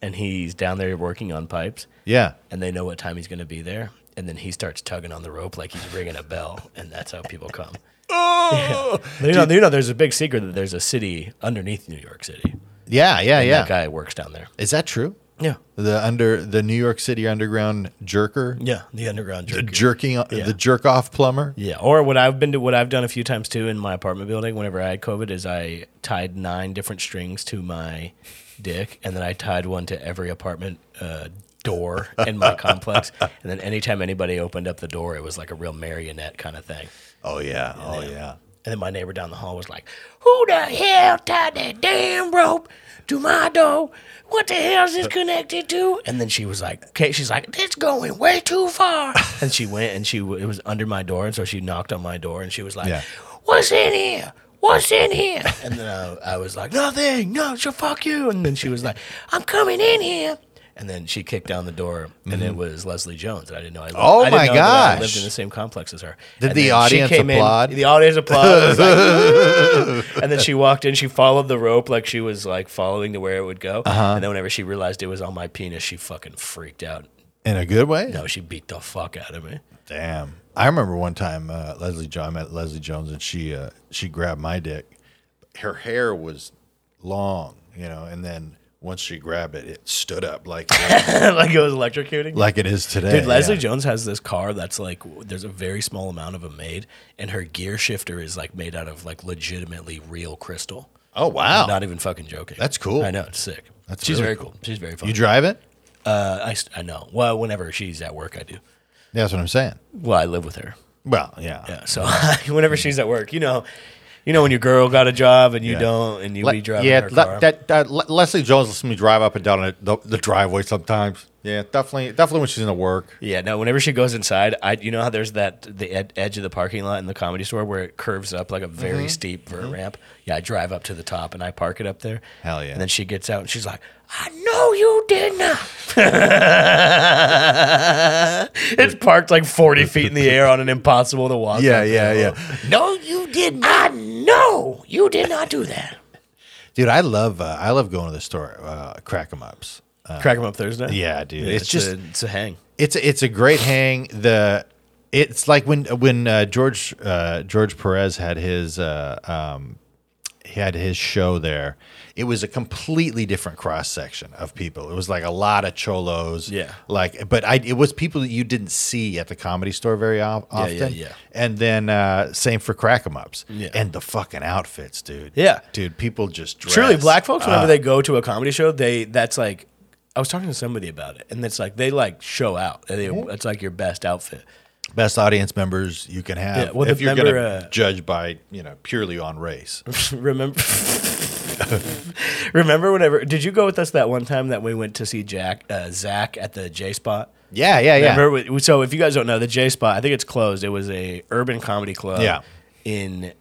B: and he's down there working on pipes,
A: Yeah.
B: and they know what time he's going to be there. And then he starts tugging on the rope like he's ringing a bell, and that's how people <laughs> come. <laughs>
A: Oh.
B: You know, you know, there's a big secret that there's a city underneath New York City.
A: Yeah. Yeah. Yeah.
B: That guy works down there.
A: Is that true?
B: Yeah.
A: The under the New York City underground jerker.
B: Yeah. The underground
A: The
B: jerk.
A: jerking, uh, the jerk off plumber.
B: Yeah, or what I've been to, what I've done a few times too in my apartment building. Whenever I had COVID, is I tied nine different strings to my dick, and then I tied one to every apartment uh, door in my <laughs> complex. And then anytime anybody opened up the door, it was like a real marionette kind of thing.
A: Oh yeah. Oh yeah.
B: And then my neighbor down the hall was like, "Who the hell tied that damn rope to my door? What the hell is this
A: Uh,
B: connected to?" And then she was like, "Okay," she's like, "This going way
A: <laughs>
B: too far." and she went and she w- it was under my door, and so she knocked on my door and she was like,
A: Yeah.
B: "What's in here?" What's in here? <laughs> And then I, I was like, nothing. No, she'll fuck you. And then she was like, I'm coming in here. And then she kicked down the door, and it was Leslie Jones. And I didn't know I lived.
A: Mm-hmm. Oh
B: I didn't
A: my
B: know that I lived
A: gosh.
B: in the same complex as her.
A: Did
B: And
A: the
B: then she
A: audience
B: came in-
A: applaud?
B: the audience applauded.
A: <laughs>
B: was like, "Woo!" and then she walked in. She followed the rope like she was like following to where it would go.
A: Uh-huh.
B: And then whenever she realized it was on my penis, she fucking freaked out.
A: In a good way?
B: No, she beat the fuck out of me. <laughs>
A: Damn. I remember one time uh, Leslie John I met Leslie Jones and she uh, she grabbed my dick. Her hair was long, you know, and then once she grabbed it, it stood up like
B: <laughs> like it was electrocuting.
A: like it is today.
B: Dude, Leslie
A: yeah.
B: Jones has this car that's like w- there's a very small amount of them made, and her gear shifter is like made out of like legitimately real crystal.
A: Oh wow.
B: Not even fucking joking.
A: That's cool.
B: I know it's sick.
A: That's
B: she's
A: really
B: very
A: cool.
B: cool. She's very fun.
A: you drive it?
B: uh, I s- I know. Well, whenever she's at work, I do.
A: Yeah, that's what I'm saying.
B: Well, I live with her.
A: Well, yeah.
B: Yeah. So <laughs> whenever she's at work, you know, you know when your girl got a job and you
A: Yeah.
B: don't, and you
A: Le-
B: be driving
A: yeah,
B: her
A: le-
B: car.
A: that, that Le- Leslie Jones lets me drive up and down the- the, the driveway sometimes. Yeah, definitely, definitely when she's in the work.
B: yeah. No. Whenever she goes inside, I you know how there's that the ed- edge of the parking lot in the comedy store where it curves up like a very
A: Mm-hmm.
B: steep vert ramp. Yeah, I drive up to the top and I park it up there.
A: Hell yeah.
B: And then she gets out and she's like, "I know you did not." <laughs> it's parked like
A: <laughs>
B: 40 feet in the air on an impossible to walk.
A: Yeah, yeah, yeah.
B: No, you did not. I know you did not do that.
A: Dude, I love uh, I love going to the store, uh, crack 'em ups.
B: Crack 'em up Thursday.
A: Yeah, dude,
B: Yeah,
A: it's, just
B: a, it's a hang.
A: it's it's a great hang. The it's like when when uh, George uh, George Perez had his uh, um, he had his show there. It was a completely different cross section of people. It was like a lot of cholos.
B: Yeah.
A: Like, but I it was people that you didn't see at the comedy store very of- often.
B: yeah, yeah.
A: And then uh, same for crack 'em ups.
B: Yeah.
A: And the fucking outfits, dude.
B: Yeah.
A: Dude, people just dress.
B: Truly, black folks whenever they go to a comedy show, they that's like I was talking to somebody about it, and it's like they like show out. And they, It's like your best outfit. <laughs>
A: best audience members you can have
B: Yeah, well,
A: if
B: the
A: you're going
B: member,
A: to
B: uh,
A: judge by you know purely on race.
B: remember <laughs> remember whenever did you go with us that one time that we went to see Jack uh, Zach at the J Spot?
A: yeah, yeah, yeah.
B: Remember, we- so if you guys don't know, the J Spot, I think it's closed. It was a urban comedy club
A: Yeah. Mm-hmm.
B: in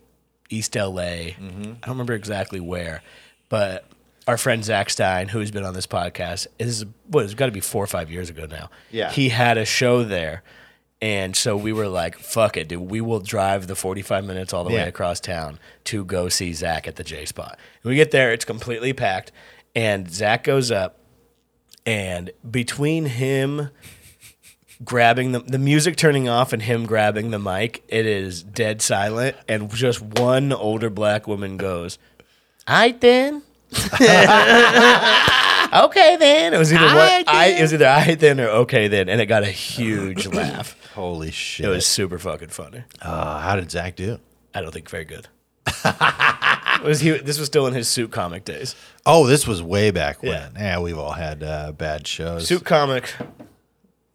B: East LA. I don't remember exactly where, but our friend Zach Stein, who's been on this podcast, is what it's got to be four or five years ago now.
A: Yeah.
B: he had a show there. And so we were like, fuck it, dude. We will drive the 45 minutes all the
A: Yeah.
B: way across town to go see Zach at the J Spot. We get there, it's completely packed. And Zach goes up, and between him grabbing the the music turning off and him grabbing the mic, it is dead silent, and just one older black woman goes, "I then." <laughs> okay then. It was either
A: "Aight
B: what I
A: then."
B: it was either I then or okay then, and it got a huge laugh.
A: Holy shit!
B: It was super fucking funny.
A: uh, how did Zach do?
B: I don't think very good. It was he? This was still in his suit comic days.
A: Oh, this was way back when. Yeah,
B: Yeah.
A: we've all had uh, bad shows.
B: Suit comic.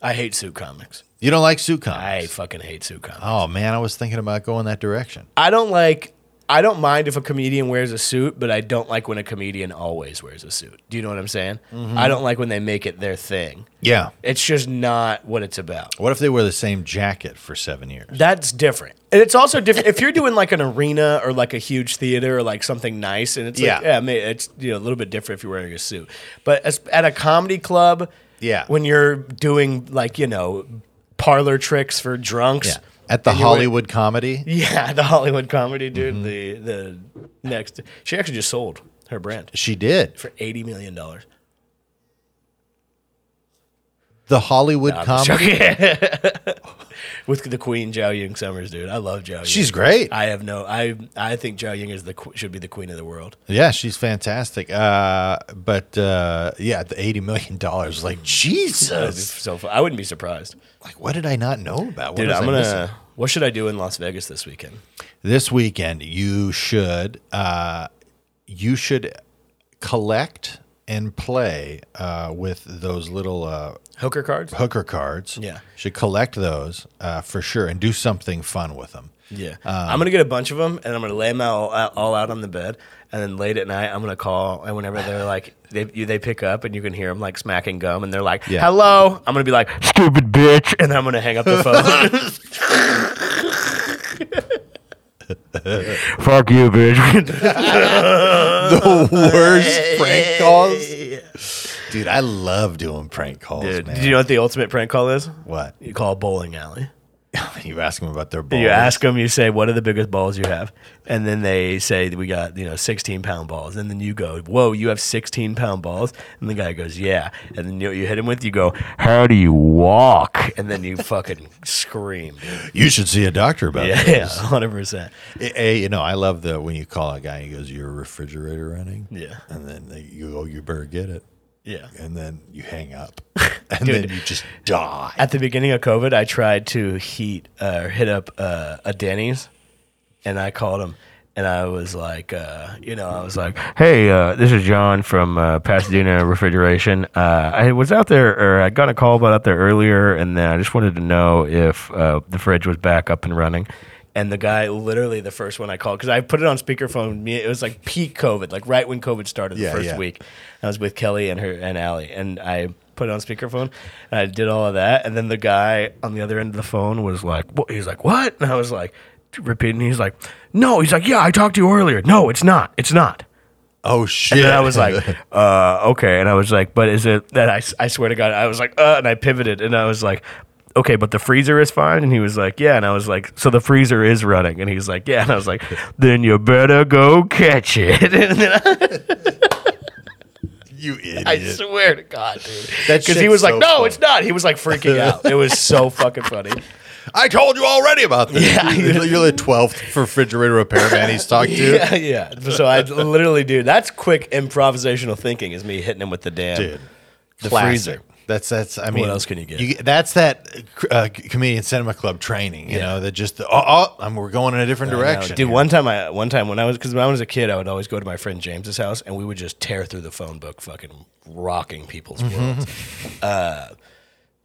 B: I hate suit comics.
A: You don't like Sukon?
B: I fucking hate suit comics.
A: Oh man, I was thinking about going that direction.
B: I don't like. I don't mind if a comedian wears a suit, but I don't like when a comedian always wears a suit. Do you know what I'm saying?
A: Mm-hmm.
B: I don't like when they make it their thing.
A: Yeah.
B: It's just not what it's about.
A: What if they wear the same jacket for seven years?
B: That's different. And it's also different if you're doing like an arena or like a huge theater or like something nice and it's
A: Yeah.
B: like yeah, I mean, it's you know a little bit different if you're wearing a suit. But as, at a comedy club,
A: Yeah.
B: when you're doing like, you know, parlor tricks for drunks.
A: Yeah. At the
B: and you're wearing-
A: Hollywood comedy.
B: Yeah, the Hollywood comedy dude.
A: Mm-hmm.
B: The the next, she actually just sold her brand
A: She did.
B: for eighty million dollars.
A: The Hollywood comedy.
B: <laughs> With the Queen Zhao Ying Summers, dude. I love Zhao. Ying.
A: She's great.
B: I have no. I I think Zhao Ying is the qu- should be the queen of the world.
A: Yeah, she's fantastic. Uh, but uh, yeah, the eighty million dollars.
B: <laughs>
A: Like
B: That'd be
A: Jesus.
B: So fu- I wouldn't be surprised,
A: Like, what did I not know about? What
B: dude.
A: was
B: I'm
A: I
B: gonna.
A: missing?
B: What should I do in Las Vegas this weekend?
A: this weekend you should uh, you should collect and play uh, with those little uh,
B: Hooker cards.
A: hooker cards.
B: Yeah.
A: should collect those uh, for sure and do something fun with
B: <laughs>
A: them.
B: Yeah, I'm gonna get a bunch of them, and I'm gonna lay them out all, all out on the bed, and then late at night, I'm gonna call, and whenever they're like, they you, they pick up, and you can hear them like smacking gum, and they're like,
A: Yeah.
B: "Hello," I'm gonna be like, "Stupid bitch," and then I'm gonna hang up the phone. Fuck you, bitch.
A: The worst prank calls, dude. I love doing prank calls,
B: Dude,
A: man.
B: <laughs> do you know what the ultimate prank call is?
A: what? <laughs>
B: You call a bowling alley.
A: you ask them about their balls.
B: You ask them, you say, what are the biggest balls you have? And then they say, we got, you know, 16 pound balls. And then you go, whoa, you have 16 pound balls? And the guy goes, yeah. And then you, you hit him with, you go, how do you walk? And then you <laughs> fucking scream. dude.
A: You should see a doctor about
B: Yeah, <laughs> yeah,
A: this.
B: 100%.
A: Hey, you know, I love the when you call a guy and he goes, "Your refrigerator running,"
B: Yeah.
A: and then they, you go, "You better get it."
B: Yeah.
A: and then you hang up, <laughs> and
B: Dude.
A: then you just die.
B: At the beginning of COVID, I tried to heat uh, or hit up uh, a Denny's, and I called him, and I was like, uh, you know, I was like, "Hey, uh, this is John from uh, Pasadena Refrigeration. Uh, I was out there, or I got a call about out there earlier, and then I just wanted to know if uh, the fridge was back up and running." And the guy, literally the first one I called, because I put it on speakerphone. me- It was like peak COVID, like right when COVID started the
A: Yeah,
B: first
A: yeah.
B: week week. I was with Kelly and her and Allie, and I put it on speakerphone and I did all of that. And then the guy on the other end of the phone was like, what? He's like, what? And I was like, repeating. He's like, no. He's like, yeah, I talked to you earlier. No, it's not. It's not.
A: oh shit!
B: And then I was like,
A: <laughs>
B: uh, okay. And I was like, but is it that I, s- I swear to God, I was like, uh, and I pivoted and I was like, okay, but the freezer is fine. And he was like, yeah. And I was like, so the freezer is running. And he was like, yeah. And I
A: <laughs>
B: was like, then you better go catch it. <laughs> and then I,
A: "You idiot!"
B: I swear to God, dude.
A: That
B: Because he
A: shit's
B: was like,
A: so
B: no,
A: funny.
B: it's not. He was like freaking out. It was so fucking funny.
A: <laughs> I told you already about this.
B: Yeah.
A: You're you're the twelfth refrigerator repairman he's talked to.
B: Yeah, yeah. So I literally, dude, that's quick improvisational thinking is me hitting him with the damn.
A: dude.
B: The freezer.
A: That's that's. I mean,
B: else can you get?
A: that's that uh, comedian cinema club training. You know, that just the, oh, oh I'm, we're going in a different
B: No,
A: direction.
B: Dude,
A: here.
B: one time I one time when I was because when I was a kid, I would always go to my friend James's house and we would
A: Mm-hmm.
B: just tear through the phone book, fucking rocking people's worlds. Uh,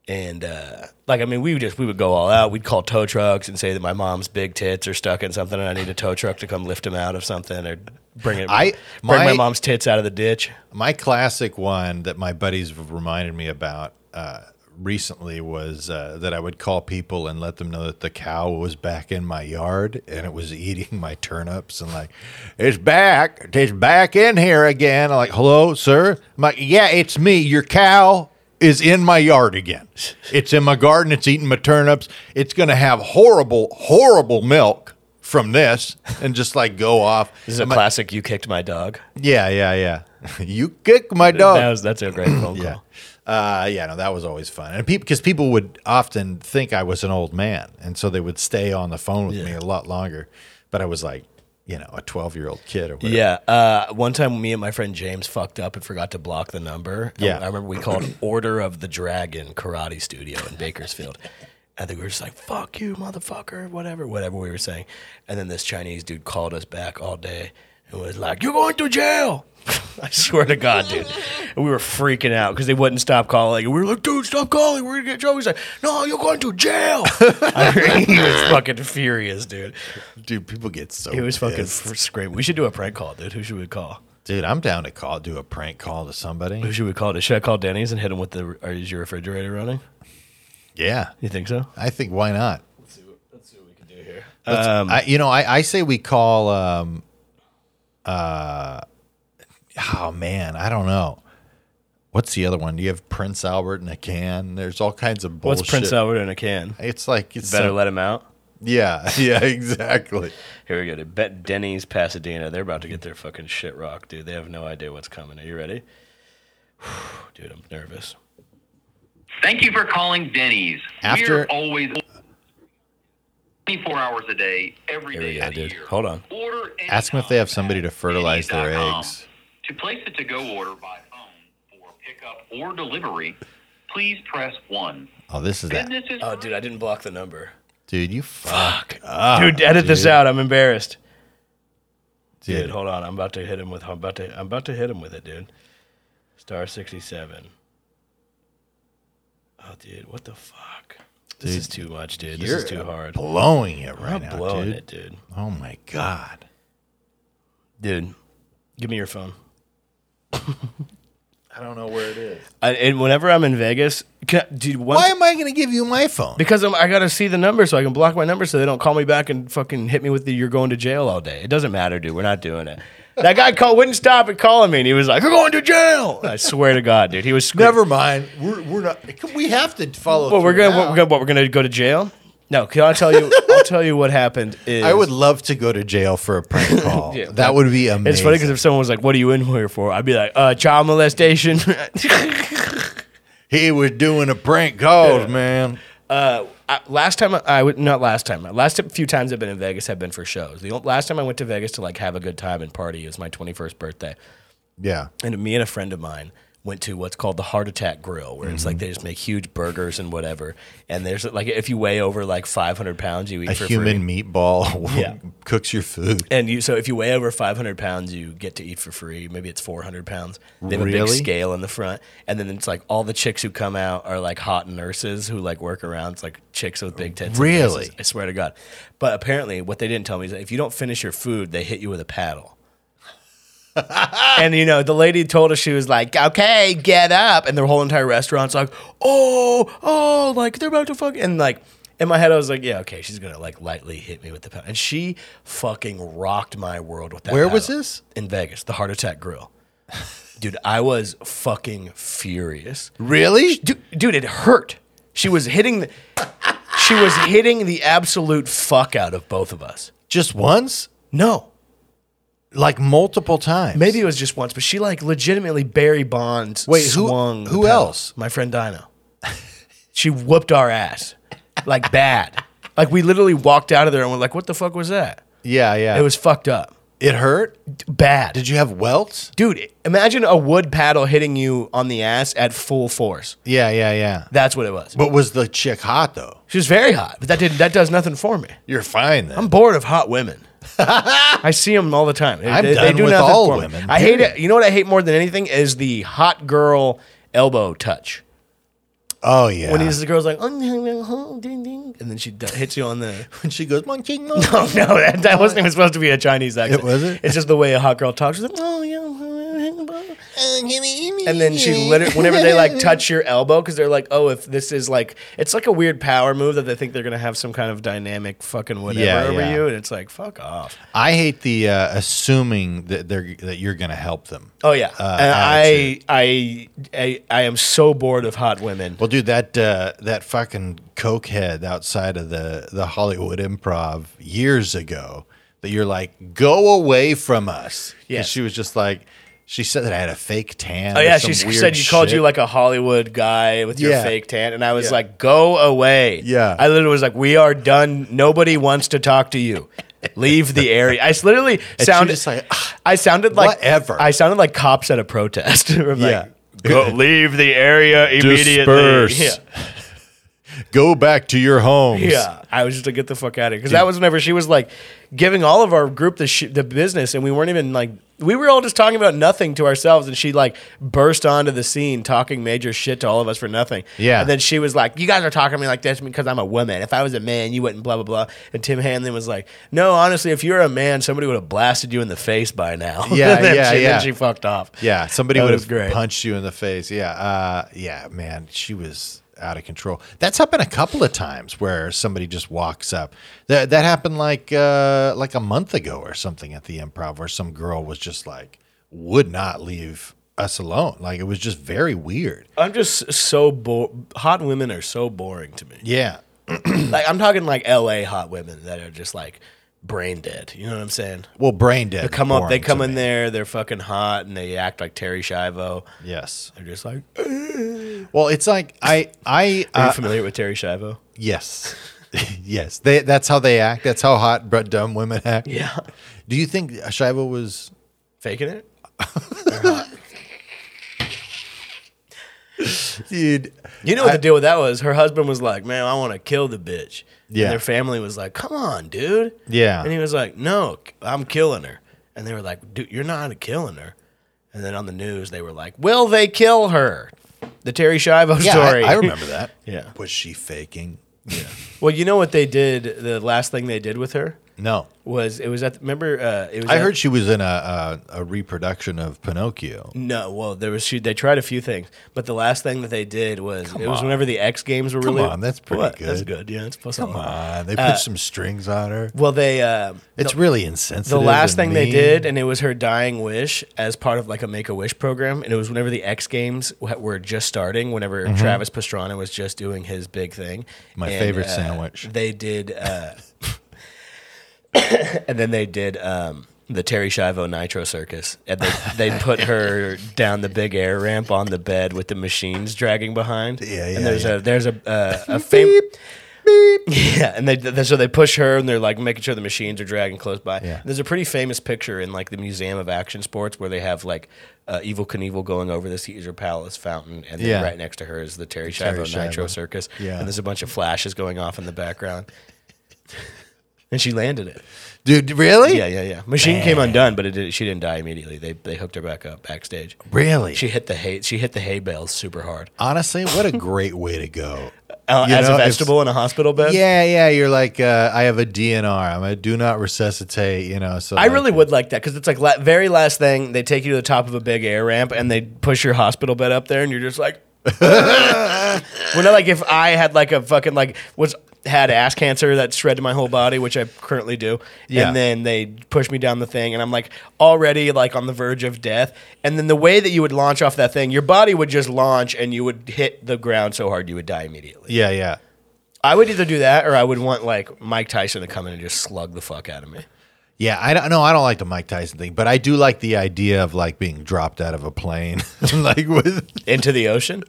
B: And uh, like I mean, we would just we would go all out. We'd call tow trucks and say that my mom's big tits are stuck in something, and I need a tow truck to come lift them out of something or bring it.
A: I-
B: bring my,
A: my-
B: mom's tits out of the ditch.
A: My classic one that my buddies have reminded me about uh, recently was uh, that I would call people and let them know that the cow was back in my yard and it was <laughs> eating my turnips and like, it's back, it's back in here again. I'm like, hello, sir. I'm like, yeah, it's me. Your cow is in my yard again. It's in my garden. It's eating my turnips. It's gonna have horrible, horrible milk from this and just like go off.
B: This is a
A: I'm like,
B: classic. You kicked my dog.
A: yeah, yeah, <laughs> yeah. you kick my dog.
B: That was, that's a great phone call.
A: <clears throat> Yeah. Uh, yeah, no, that was always fun. And people, because people would often think I was an old man. And so they would stay on the phone with me a lot longer. But I was like, you know, a 12 year old kid or whatever.
B: Yeah. Uh, one time, me and my friend James fucked up and forgot to block the number. I-
A: Yeah.
B: I, remember we called <coughs> Order of the Dragon Karate Studio in Bakersfield. I think we were just like, fuck you, motherfucker, whatever, whatever we were saying. And then this Chinese dude called us back all day and was like, you're going to jail. <laughs> I swear to God, dude. And we were freaking out because they wouldn't stop calling. And we were like, dude, stop calling. We're going to get in trouble. He's like, no, you're going to jail. <laughs> I mean, he was fucking furious, dude.
A: Dude, people get so.
B: It was fucking
A: pissed.
B: fr- screaming. We should do a prank call, dude. Who should we call?
A: Dude, I'm down to call, do a prank call to
B: Who
A: somebody.
B: should we call? Should I call Denny's and hit him with the? Or is your refrigerator running?
A: Yeah.
B: You think so?
A: I think why not?
B: Let's see what we can do here.
A: Let's-
B: Um,
A: I, you know, I, I say we call. Um, uh, oh man, I don't know. What's the other one? Do you have Prince Albert in a can? There's all kinds of bullshit.
B: What's Prince Albert in a can?
A: It's like it's
B: Better
A: some-
B: let him out.
A: <laughs> yeah, yeah, exactly.
B: Here we go. dude. Bet Denny's Pasadena. They're about to get their fucking shit rocked, dude. They have no idea what's coming. Are you ready? <sighs> dude, I'm nervous.
C: Thank you for calling Denny's.
A: After-
C: We're always 24 hours a day, every
B: Here we
C: day
B: go,
C: of the
B: dude.
C: year.
B: Hold on.
C: Order
A: Ask them if they have somebody to fertilize their
C: Denny's.com.
A: eggs.
C: To place a to-go order by phone for pickup or delivery, please press 1.
A: Oh, this is that
C: Business is
B: Oh, dude, I didn't block the number.
A: dude. You fuck,
B: Ah, dude, edit this out. I'm embarrassed. Dude,
A: dude.
B: hold on. I'm about to hit him with. I'm about to. I'm about to hit him with it, dude. Star sixty-seven. Oh, dude, what the fuck? This is too much, dude. This is
A: You're
B: too hard.
A: Blowing it
B: I'm
A: right now,
B: blowing
A: dude.
B: it, dude.
A: Oh my god.
B: Dude, give me your phone.
A: I don't know where it is.
B: I, and whenever I'm in Vegas, can, dude, once,
A: Why am I going to give you my phone?
B: because I'm, I gotta see the number so I can block my number so they don't call me back and fucking hit me with the "you're going to jail" all day. It doesn't matter, dude. We're not doing it. That guy called, wouldn't stop at calling me, and he was like, "You're going to jail." I swear to God, dude, he was screaming.
A: Never mind. We're, we're not. We have to follow.
B: Well, we're
A: through
B: gonna, what,
A: now.
B: we're gonna what we're gonna go to jail. No, can I tell you? I'll tell you what happened.
A: <laughs>
B: Is
A: I would love to go to jail for a prank call.
B: <laughs> Yeah.
A: that would be amazing.
B: It's funny because if someone was like, "What are you in here for?" I'd be like, uh, "Child molestation." <laughs>
A: he was doing a prank calls, man.
B: uh, I, last time I, I would not last time. uh, Last few times I've been in Vegas have been for shows. The o- last time I went to Vegas to like have a good time and party is my twenty first birthday.
A: Yeah,
B: and me and a friend of mine went to what's called the Heart Attack Grill, where it's
A: Mm-hmm.
B: like they just make huge burgers and whatever. And there's like if you weigh over like 500 pounds, you eat
A: a
B: for
A: human
B: free.
A: meatball <laughs>
B: Yeah.
A: cooks your food.
B: And you so if you weigh over 500 pounds, you get to eat for free. Maybe it's 400 pounds. They have a big
A: Really?
B: scale in the front, and then it's like all the chicks who come out are like hot nurses who like work around. It's like chicks with big tits. and
A: Really?
B: nurses. I swear to God. But apparently, what they didn't tell me is that if you don't finish your food, they hit you with a paddle. and you know, the lady told us she was like, "Okay, get up," and the whole entire restaurant's like, "Oh, oh," like they're about to fuck, and like. In my head, I was like, "Yeah, okay, she's gonna like lightly hit me with the paddle," and she fucking rocked my world with that.
A: Where was
B: paddle.
A: this?
B: In Vegas, the Heart Attack Grill. Dude, I was fucking furious.
A: Really?
B: Dude, dude, it hurt. She was hitting the, she was hitting the absolute fuck out of both of us.
A: Just once?
B: No,
A: Like multiple times?
B: Maybe it was just once, but she like legitimately Barry Bonds.
A: Wait, who-
B: swung the
A: who
B: pedal.
A: else?
B: My friend Dino. she whooped our ass, like bad. like we literally walked out of there and we're like, "What the fuck was that?"
A: Yeah, yeah.
B: It was fucked up,
A: It hurt.
B: D- bad.
A: Did you have welts?
B: dude? Imagine a wood paddle hitting you on the ass at full force.
A: Yeah, yeah, yeah.
B: That's what it was.
A: But was the chick hot though?
B: She was very hot, but that did that does nothing for me.
A: You're fine then.
B: I'm bored of
A: <laughs>
B: hot women. I see them all the time. They,
A: I'm
B: they- they
A: done
B: do
A: with
B: nothing
A: all
B: for me.
A: women,
B: I hate it. You know what I hate more than anything is the hot girl elbow touch.
A: Oh yeah.
B: When he's the girl's like, "Oh, ding, ding," and then she d- hits you on the.
A: when she goes uh, monkey,
B: <laughs>
A: <laughs>
B: Oh no, that, that wasn't even supposed to be a Chinese accent.
A: It wasn't?
B: It's just the way a hot girl talks. She's like, "Oh yeah," and then she literally, whenever they <laughs> like touch your elbow, because they're like, "Oh, if this is like," it's like a weird power move that they think they're gonna have some kind of dynamic fucking whatever
A: Yeah,
B: over
A: yeah.
B: you, and it's like, "Fuck off."
A: I hate the uh, assuming that they're that you're gonna help them.
B: Oh yeah,
A: Uh,
B: and I,
A: attitude.
B: I I I am so bored of hot women.
A: Well, dude, that uh, that fucking cokehead outside of the the Hollywood Improv years ago that you're like, go away from us. 'Cause
B: Yes.
A: she was just like, she said that I had a fake tan.
B: Oh
A: or
B: yeah,
A: some
B: she
A: weird
B: said you called
A: shit.
B: you like a Hollywood guy with your
A: Yeah.
B: fake tan, and I was like, "Go away!"
A: Yeah.
B: I literally was like, "We are done. Nobody wants to talk to you. Leave the area." I
A: <laughs>
B: s- literally
A: she
B: sounded
A: just like, "Ah,
B: I sounded like
A: whatever."
B: I sounded like cops at a protest. <laughs> I'm
A: Yeah.
B: like,
A: <laughs>
B: Go, leave the area immediately.
A: Disperse.
B: Yeah.
A: go back to your homes.
B: Yeah, I was just like, get the fuck out of here because that was whenever she was like giving all of our group the sh- the business, and we weren't even like we were all just talking about nothing to ourselves, and she like burst onto the scene talking major shit to all of us for nothing.
A: Yeah.
B: and then she was like, "You guys are talking to me like this because I'm a woman. If I was a man, you wouldn't." Blah blah blah. And Tim Hanlon was like, "No, honestly, if you're a man, somebody would have blasted you in the face by now." <laughs>
A: Yeah,
B: And then
A: yeah,
B: she,
A: yeah.
B: Then she fucked off.
A: Yeah, somebody
B: That
A: would
B: was
A: have
B: great.
A: punched you in the face. Yeah, uh, yeah, man, she was out of control. That's happened a couple of times where somebody just walks up. That that happened like uh, like a month ago or something at the improv, where some girl was just like would not leave us alone. Like it was just very weird.
B: I'm just so bored. Hot women are so boring to me.
A: Yeah,
B: like I'm talking like L.A. hot women that are just like brain dead. You know what I'm saying?
A: well, brain dead.
B: They come up, they
A: boring to
B: come in
A: me.
B: there, they're fucking hot, and they act like Terry Schiavo.
A: Yes.
B: They're just like,
A: Well, it's like I I
B: are you
A: uh,
B: familiar with Terry Schiavo?
A: yes. <laughs> Yes, they, that's how they act. That's how hot but dumb women act.
B: Yeah,
A: Do you think Shiva was
B: faking it.
A: dude?
B: You know what the deal with that was? Her husband was like, "Man, I want to kill the bitch." And
A: Yeah.
B: their family was like, "Come on, dude."
A: Yeah.
B: And he was like, "No, I'm killing her." And they were like, "Dude, you're not killing her." And then on the news, they were like, "Will they kill her?" The Terry Schiavo
A: Yeah, I-
B: story.
A: I, remember that.
B: <laughs> Yeah.
A: Was she faking?
B: Well, you know what they did? The last thing they did with her
A: No.
B: was it was at remember uh, it was
A: I
B: at-
A: heard she was in a, a, a reproduction of Pinocchio.
B: no well there was she they tried a few things but the last thing that they did was it was whenever the X Games were
A: Come
B: really
A: on, that's pretty
B: What? that's
A: good.
B: good yeah it's plus
A: Come on. Uh, They put
B: Uh,
A: some strings on her.
B: well they um,
A: It's really insensitive.
B: the last
A: and
B: thing they
A: mean.
B: did, and it was her dying wish as part of like a Make a Wish program, and it was whenever the X Games w- were just starting, whenever Travis Pastrana was just doing his big thing.
A: Mm-hmm. My
B: And,
A: favorite
B: uh,
A: sandwich.
B: They did, uh, <coughs> and then they did um, the Terry Schiavo Nitro Circus, and they
A: <laughs>
B: they put her down the big air ramp on the bed with the machines dragging behind.
A: Yeah, yeah,
B: And there's
A: yeah.
B: a there's a uh,
A: <laughs>
B: a famous. <laughs> Yeah, and they, they so they push her, and they're like making sure the machines are dragging close by.
A: Yeah.
B: There's a pretty famous picture in like the Museum of Action Sports where they have like uh, Evil Knievel going over the Caesar Palace fountain, and then
A: Yeah.
B: right next to her is the Terry
A: Terry
B: Schiavo Nitro
A: Schiavo.
B: Circus.
A: Yeah.
B: and there's a bunch of flashes going off in the background. And she
A: <laughs>
B: landed it.
A: Dude, really?
B: Yeah, yeah, yeah. Machine came undone, but it did, she didn't die immediately. They they hooked her back up backstage.
A: Really?
B: She hit the hay she hit the hay bales super hard.
A: Honestly, what a great way to go.
B: Uh,
A: You
B: as
A: know,
B: a
A: it's-
B: vegetable in a hospital
A: <laughs>
B: bed.
A: Yeah, yeah. You're like, uh, I have a DNR. I'm a do not resuscitate, you know. So
B: I
A: like-
B: really would like that because it's like la- very last thing they take you to the top of a big air ramp and they push your hospital bed up there and you're just like, <laughs> when I, like if I had like a fucking like was had ass cancer that shredded my whole body, which I currently do,
A: Yeah.
B: and then they push me down the thing and I'm like already like on the verge of death, and then the way that you would launch off that thing, your body would just launch and you would hit the ground so hard you would die immediately.
A: Yeah, yeah.
B: I would either do that or I would want like Mike Tyson to come in and just slug the fuck out of me.
A: Yeah, I don't know. I don't like the Mike Tyson thing, but I do like the idea of like being dropped out of a plane, <laughs> like with
B: Into the ocean?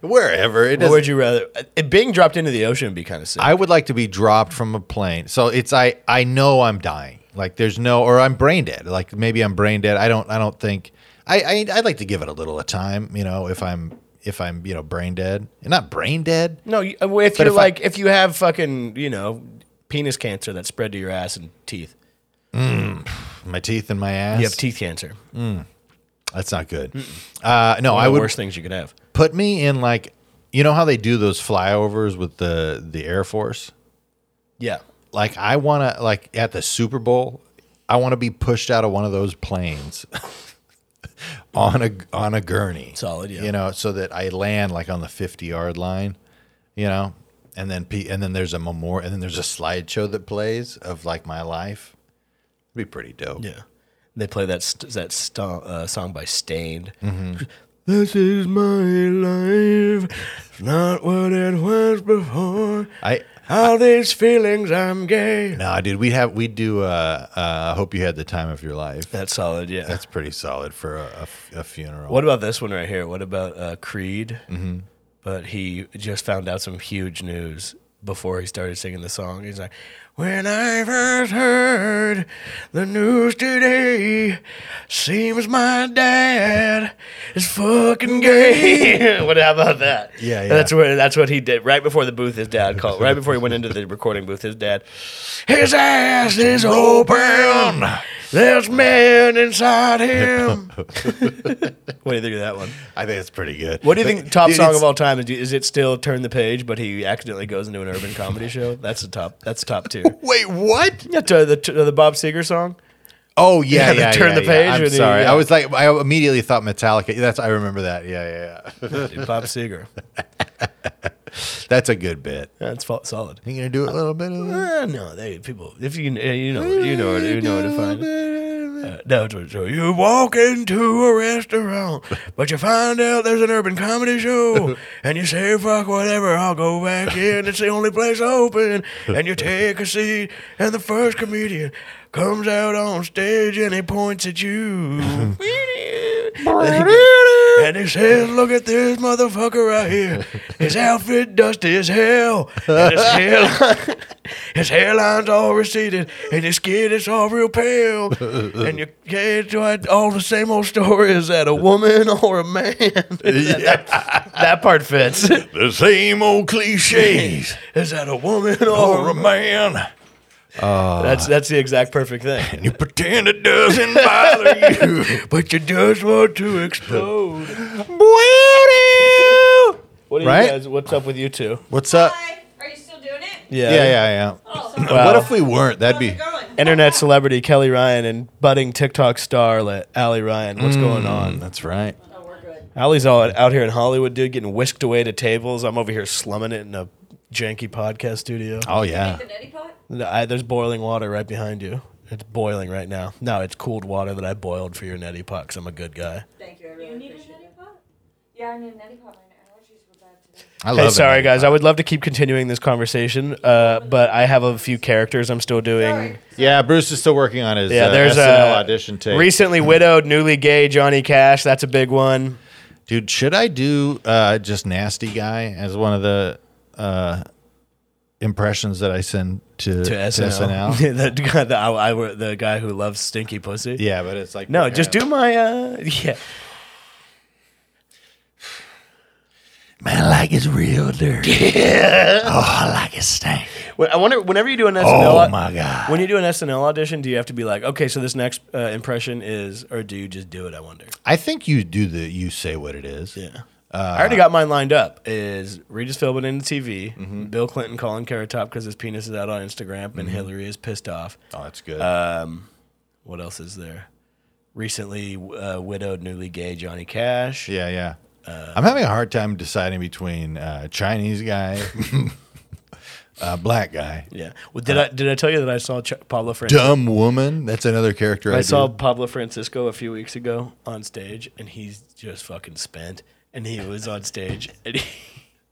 A: wherever it
B: Or
A: doesn't
B: would you rather? uh, It being dropped into the ocean would be kind of sick.
A: I would like to be dropped from a plane. So it's I I know I'm dying. Like there's no or I'm brain dead. Like maybe I'm brain dead. I don't I don't think I, I I'd like to give it a little of time, you know, if I'm if I'm, you know, brain dead. Not brain dead.
B: no, you- uh, if you're
A: if I-
B: like, if you have fucking, you know, penis cancer that spread to your ass and teeth,
A: My teeth and my ass.
B: you have teeth cancer.
A: That's not good. Uh no, I
B: One of the
A: would
B: worst things you could have.
A: put me in like You know how they do those flyovers with the the Air Force?
B: Yeah.
A: Like I want to like at the Super Bowl, I want to be pushed out of one of those planes <laughs> on a on a gurney.
B: Solid, yeah.
A: You know, so that I land like on the 50-yard line, you know? And then pe- and then there's a memorial and then there's a slideshow that plays of like my life. It'd be pretty dope.
B: Yeah. They play that st- that sto- uh, song by Stained. <laughs> This is my life, not what it was before.
A: I
B: All these feelings, I'm gay.
A: No, dude, we have we do. Uh, uh, hope you had the time of your life.
B: That's solid, yeah.
A: That's pretty solid for a, a f- a funeral.
B: what about this one right here? What about uh, Creed? Mm-hmm. But he just found out some huge news before he started singing the song. He's like, When I first heard the news today, seems my dad is fucking gay. <laughs> what how about that?
A: Yeah, yeah.
B: That's what that's what he did right before the booth. His dad called right before he went into
A: <laughs>
B: the recording booth. His dad, his ass is open. There's men inside him.
A: <laughs>
B: what do you think of that one?
A: I think it's pretty good.
B: What do you
A: But,
B: think top
A: dude,
B: song
A: it's-
B: of all time is? Is it still "Turn the Page"? But he accidentally goes into an urban comedy show. That's the top. That's top two.
A: Wait, what?
B: <laughs> Yeah, to the to the Bob Seger song.
A: <laughs> Oh yeah,
B: the
A: yeah. yeah
B: turn the
A: yeah.
B: page
A: I'm
B: with the-
A: sorry.
B: yeah.
A: I was like, I immediately thought Metallica. That's I remember that. Yeah, yeah, <laughs> yeah.
B: Dude, Bob <laughs> Seger.
A: That's a good bit.
B: That's fa- solid.
A: You gonna do a little bit of that?
B: Uh, no, they people. If you eh, you know you know you know where to find. it. Uh, that's what so you walk into a restaurant, but you find out there's an urban comedy show, and you say fuck whatever, I'll go back in. It's the only place open, and you take a seat, and the first comedian comes out on stage and he points at you. And he says, Look at this motherfucker right here. His outfit dusty as hell. And his, hair, his hairline's all receded. And his skin is all real <laughs> pale. And you can't try all the same old story. Is that a woman or a man? that, <laughs> that part fits.
A: The same old cliches
B: <laughs> Is that a woman or a
A: <laughs>
B: man?
A: man,
B: Oh That's, that's the exact perfect thing.
A: and you pretend it doesn't <laughs> bother you.
B: But you just want to <laughs> explode. What do
A: Right?
B: you guys, what's up with you two?
A: What's up?
D: Hi. Are you still doing it?
A: Yeah, yeah, yeah.
D: Oh, sorry.
A: What if we weren't? That'd
D: How's
A: be.
D: it going?
B: internet celebrity Kelly Ryan and budding TikTok starlet Allie Ryan.
A: Mm.
B: What's going on?
A: <laughs> That's right.
D: Oh, we're good.
B: Allie's all out here in Hollywood, dude, getting whisked away to tables. I'm over here slumming it in a janky podcast studio.
A: Oh yeah.
D: The neti pot?
B: I, there's boiling water right behind you. It's boiling right now. No, it's cooled water that I boiled for your neti pot 'cause I'm a good guy.
D: Thank you. I really
E: You need a
D: appreciate it.
E: neti pot? Yeah, I need a neti pot. My allergies were bad today.
A: I love
B: Hey,
A: it.
B: sorry guys. I would love to keep continuing this conversation, uh, but I have a few characters I'm still doing.
D: Sorry.
A: Yeah, Bruce is still working on his
B: Yeah,
A: uh,
B: there's
A: SNL
B: a
A: audition tape.
B: Recently widowed, newly gay Johnny Cash. That's a big one.
A: Dude, should I do uh, just nasty guy as one of the uh, impressions that I send to,
B: <laughs>
A: <laughs>
B: to SNL.
A: SNL?
B: <laughs> the, guy, the, I, I, were- the guy who loves stinky pussy.
A: yeah, but it's like
B: No, just do my uh <laughs> yeah.
A: Man, I like it's real <laughs> dirty. Oh, I like it stank.
B: When- I wonder whenever you do an SNL
A: Oh
B: au-
A: my god.
B: when you do an SNL audition, do you have to be like, okay, so this next uh, impression is, or do you just do it? I wonder.
A: I think you do the you say what it is.
B: Yeah. I already got mine lined up. Is Regis Philbin in the TV? Bill Clinton calling Carrot Top because his penis is out on Instagram, and Hillary is pissed off.
A: Oh, that's good.
B: What else is there? Recently uh, widowed, newly gay Johnny Cash.
A: yeah, yeah. I'm having a hard time deciding between uh, Chinese <laughs> guy, uh, black guy,
B: Yeah. Well, did I did I tell you that I saw Ch- Pablo Francisco?
A: dumb woman. That's another character I,
B: I
A: do.
B: saw Pablo Francisco a few weeks ago on stage, and he's just fucking spent. And he was on stage, <laughs> and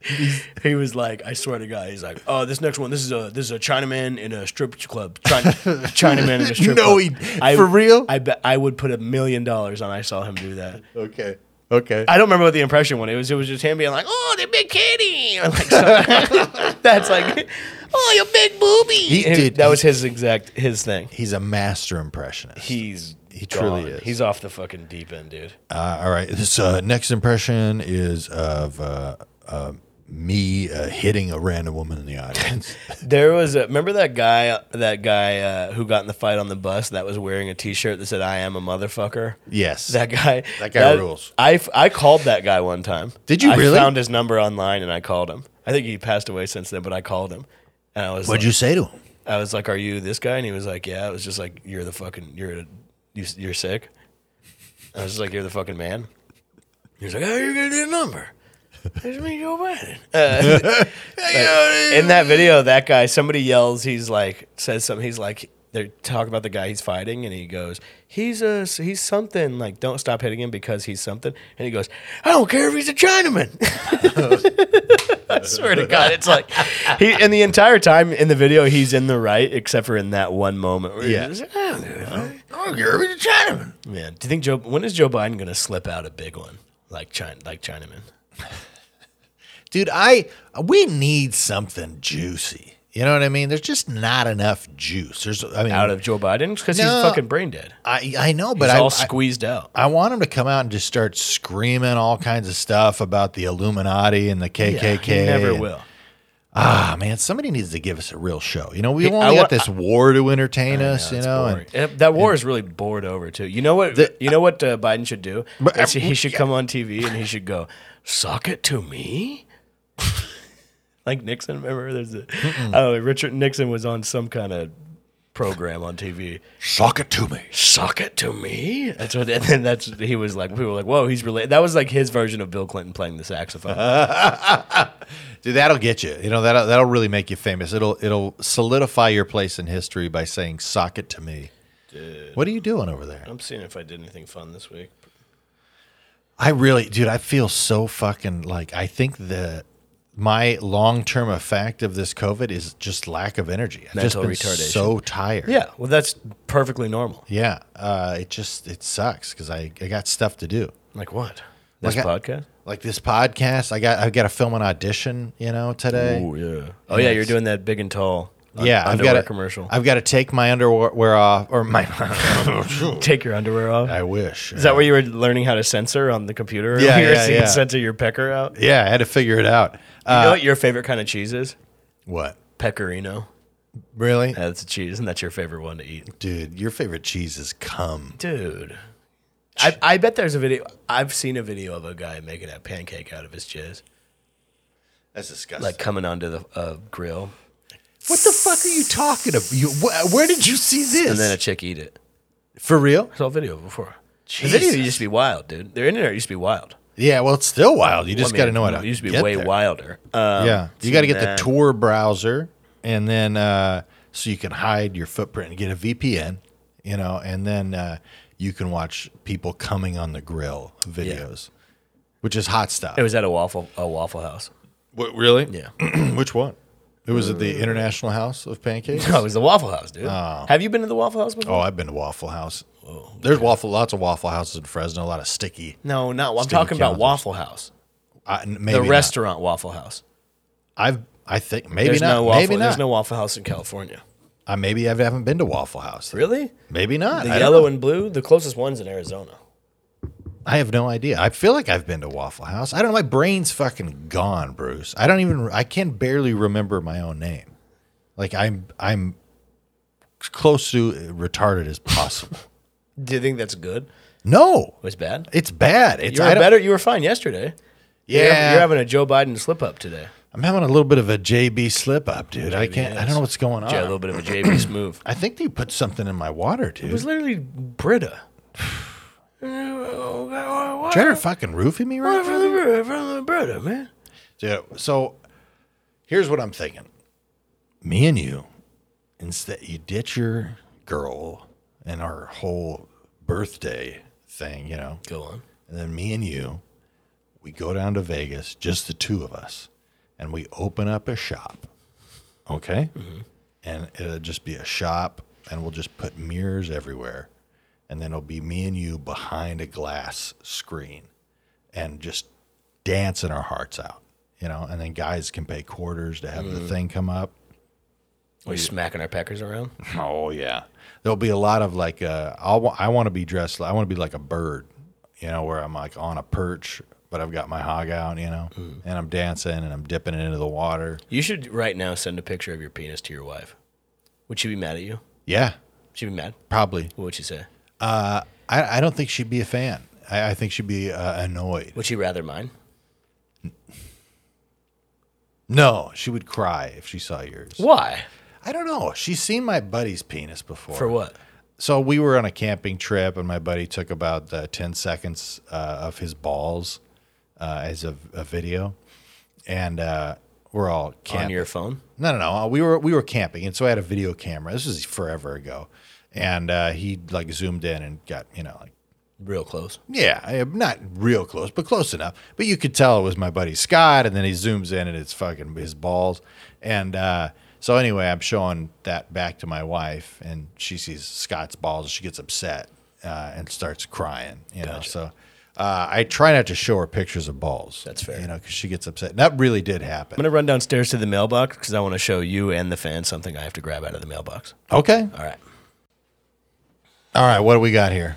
B: he, he was like, "I swear to God, he's like, oh, this next one, this is a this is a Chinaman in a strip club,
A: <laughs>
B: China, Chinaman in a strip
A: No,
B: club."
A: he- for real?
B: I bet I would put a million dollars on I saw him do that.
A: Okay. Okay.
B: I don't remember what the impression one. It was it was just him being like, "Oh, the big kitty," or <laughs> like some- <laughs> that's like, "Oh, your big boobie."
A: He
B: And
A: did-
B: That was his exact his thing.
A: He's a master impressionist.
B: He's
A: He truly is.
B: He's off the fucking deep end, dude.
A: uh, all right. This uh, next impression is of uh, uh, me uh, hitting a random woman in the audience.
B: There was a, remember that guy that guy uh, who got in the fight on the bus that was wearing a T-shirt that said "I am a motherfucker."
A: <laughs> yes.
B: That guy.
A: That guy rules.
B: I, f- I called that guy one time.
A: Did you
B: I
A: really?
B: Found his number online and I called him. I think he passed away since then, but I called him and I was
A: What'd
B: like,
A: you say to him?
B: I was like, "Are you this guy?" And he was like, "Yeah." I was just like, "You're the fucking you're a, you, you're sick." I was just like, "You're the fucking man." He was like, "How you gonna get a number?" It's me, Joe Biden. Uh, like, in that video, that guy, somebody yells. He's like, says something. He's like, they're talking about the guy he's fighting, and he goes, "He's a he's something." Like, don't stop hitting him because he's something. And he goes, "I don't care if he's a Chinaman." <laughs> I swear to God, it's like he and the entire time in the video he's in the right, except for in that one moment. Where
A: Yeah.
B: yeah. Just, "I don't give a fuck."
A: Oh, you're a Chinaman.
B: Man, do you think Joe? When is Joe Biden going to slip out a big one like China, like Chinaman?
A: Dude, I we need something juicy. You know what I mean? There's just not enough juice. There's I mean
B: Out of Joe Biden because
A: No.
B: he's fucking brain dead.
A: I I know, but
B: He's
A: I,
B: all
A: I
B: squeezed out.
A: I want him to come out and just start screaming all kinds of stuff about the Illuminati and the KKK.
B: he never
A: and-
B: will.
A: Ah, man, somebody needs to give us a real show. You know, we
B: Hey,
A: only
B: I
A: got
B: wa-
A: this war to entertain us. You
B: It's
A: know,
B: boring.
A: and
B: Eh, that war is really bored over too. You know what?
A: The-
B: you know what uh, Biden should do?
A: But-
B: Is he he should come on TV and he should go, "Suck it to me." <laughs> like Nixon, remember? There's a, oh, Richard Nixon was on some kind of program on TV.
A: shock it to me.
B: Suck it to me. That's what. And then that's he was like. People were like, "Whoa, he's related." That was like his version of Bill Clinton playing the saxophone.
A: Dude, that'll get you. You know, that'll that'll really make you famous. It'll it'll solidify your place in history by saying "sock it to me." What are you doing over there?
B: I'm seeing if I did anything fun this week.
A: I really, dude, I feel so fucking like I think the my long term effect of this COVID is just lack of energy. I've
B: Mental
A: just been
B: retardation.
A: so tired.
B: Yeah. Well, that's perfectly normal.
A: yeah. Uh, it just it sucks because I I got stuff to do.
B: Like what? This
A: Like I-
B: podcast.
A: Like this podcast, I got I got to film an audition, you know, today.
B: yeah. Oh yeah, you're doing that big and tall. un-
A: yeah, I've
B: underwear
A: got to
B: commercial.
A: I've got to take my underwear off or my. <laughs>
B: Take your underwear off.
A: I wish.
B: Is that where you were learning how to censor on the computer?
A: Yeah,
B: <laughs> you were
A: yeah,
B: seeing
A: yeah.
B: censor your pecker out. You
A: Yeah, I had to figure it out. Uh,
B: know what your favorite kind of cheese is?
A: what?
B: Pecorino.
A: Really,
B: That's a cheese, and that's your favorite one to eat.
A: dude? Your favorite cheese is cum.
B: Dude. I, I bet there's a video. I've seen a video of a guy making a pancake out of his jizz,
A: That's disgusting.
B: like coming onto the uh, grill,
A: What the fuck are you talking about? You, wh- where did you see this?
B: and then a chick eat it.
A: For real?
B: I saw a video before. The video used to be wild, dude. Their internet used to be wild.
A: Yeah, well, it's still wild. You just
B: I mean,
A: got to know how to
B: It used to be
A: get
B: way
A: there.
B: wilder. Um,
A: Yeah, you got to get the
B: nah.
A: Tor browser, and then uh, so you can hide your footprint and get a VPN, you know, and then uh, you can watch people coming on the grill videos, which is hot stuff.
B: It was at a waffle a Waffle House.
A: what, really? Uh,
B: Yeah.
A: <clears throat> which one? It was at the International House of Pancakes.
B: No, <clears throat> it was the Waffle House, dude. Have you been to the Waffle House before?
A: Oh, I've been to Waffle House. There's waffle, lots of Waffle Houses in Fresno. A lot of sticky.
B: No, no. I'm
A: Stephen
B: Oh. talking about
A: Kowalczyk.
B: Waffle House,
A: I, maybe
B: the
A: not.
B: restaurant Waffle House.
A: I've I think maybe
B: there's
A: not.
B: no waffle.
A: Maybe
B: There's
A: not.
B: no Waffle House in California.
A: I maybe I haven't been to Waffle House.
B: Really?
A: Maybe not.
B: The
A: I don't
B: yellow
A: know.
B: and blue. The closest one's in Arizona.
A: I have no idea. I feel like I've been to Waffle House. I don't. know. My brain's fucking gone, Bruce. I don't even. I can barely remember my own name. Like I'm. I'm close to retarded as possible. <laughs>
B: Do you think that's good?
A: no,
B: It was bad.
A: it's bad. It's
B: You
A: I
B: were
A: don't-
B: better. You were fine yesterday.
A: Yeah,
B: You're, having- you're having a Joe Biden slip up today.
A: I'm having a little bit of a JB slip up, dude. I can't. I don't know what's going on.
B: Yeah, a little bit of a <clears throat> JB move.
A: I think they put something in my water, dude.
B: It was literally Brita. <sighs>
A: Trying to fucking roofie me right now.
B: From the Brita, man.
A: Yeah. So here's what I'm thinking. Me and you, instead you ditch your girl and our whole birthday thing, you know,
B: Go on.
A: and then me and you, we go down to Vegas, just the two of us, and we open up a shop. Okay? And it'll just be a shop and we'll just put mirrors everywhere. And then it'll be me and you behind a glass screen and just dancing our hearts out. You know, and then guys can pay quarters to have the thing come up.
B: We're smacking our peckers around.
A: Oh yeah, there'll be a lot of like uh, I'll, wa- I want to be dressed. I want to be like a bird, you know, where I'm like on a perch, but I've got my hog out, you know, and I'm dancing and I'm dipping it into the water.
B: You should right now send a picture of your penis to your wife. Would she be mad at you?
A: Yeah,
B: Would she be mad?
A: probably.
B: What would she say?
A: Uh, I, I don't think she'd be a fan. I, I think she'd be uh, annoyed.
B: Would she rather mine?
A: No, she would cry if she saw yours.
B: Why?
A: I don't know. She's seen my buddy's penis before.
B: For what?
A: So we were on a camping trip, and my buddy took about uh, ten seconds uh, of his balls uh, as a, a video, and uh, we're all camping.
B: On your phone?
A: No, no, no. We were we were camping, and so I had a video camera. This was forever ago, and uh, he like zoomed in and got you know like
B: Real close.
A: yeah, I am not real close, but close enough. But you could tell it was my buddy Scott, and then he zooms in and it's fucking his balls. And uh, so anyway, I'm showing that back to my wife, and she sees Scott's balls. She gets upset uh, and starts crying. You know, so. Uh, I try not to show her pictures of balls.
B: That's fair.
A: You know, because she gets upset. And that really did happen.
B: I'm going to run downstairs to the mailbox because I want to show you and the fans something I have to grab out of the mailbox.
A: Okay.
B: All right.
A: All right. What do we got here?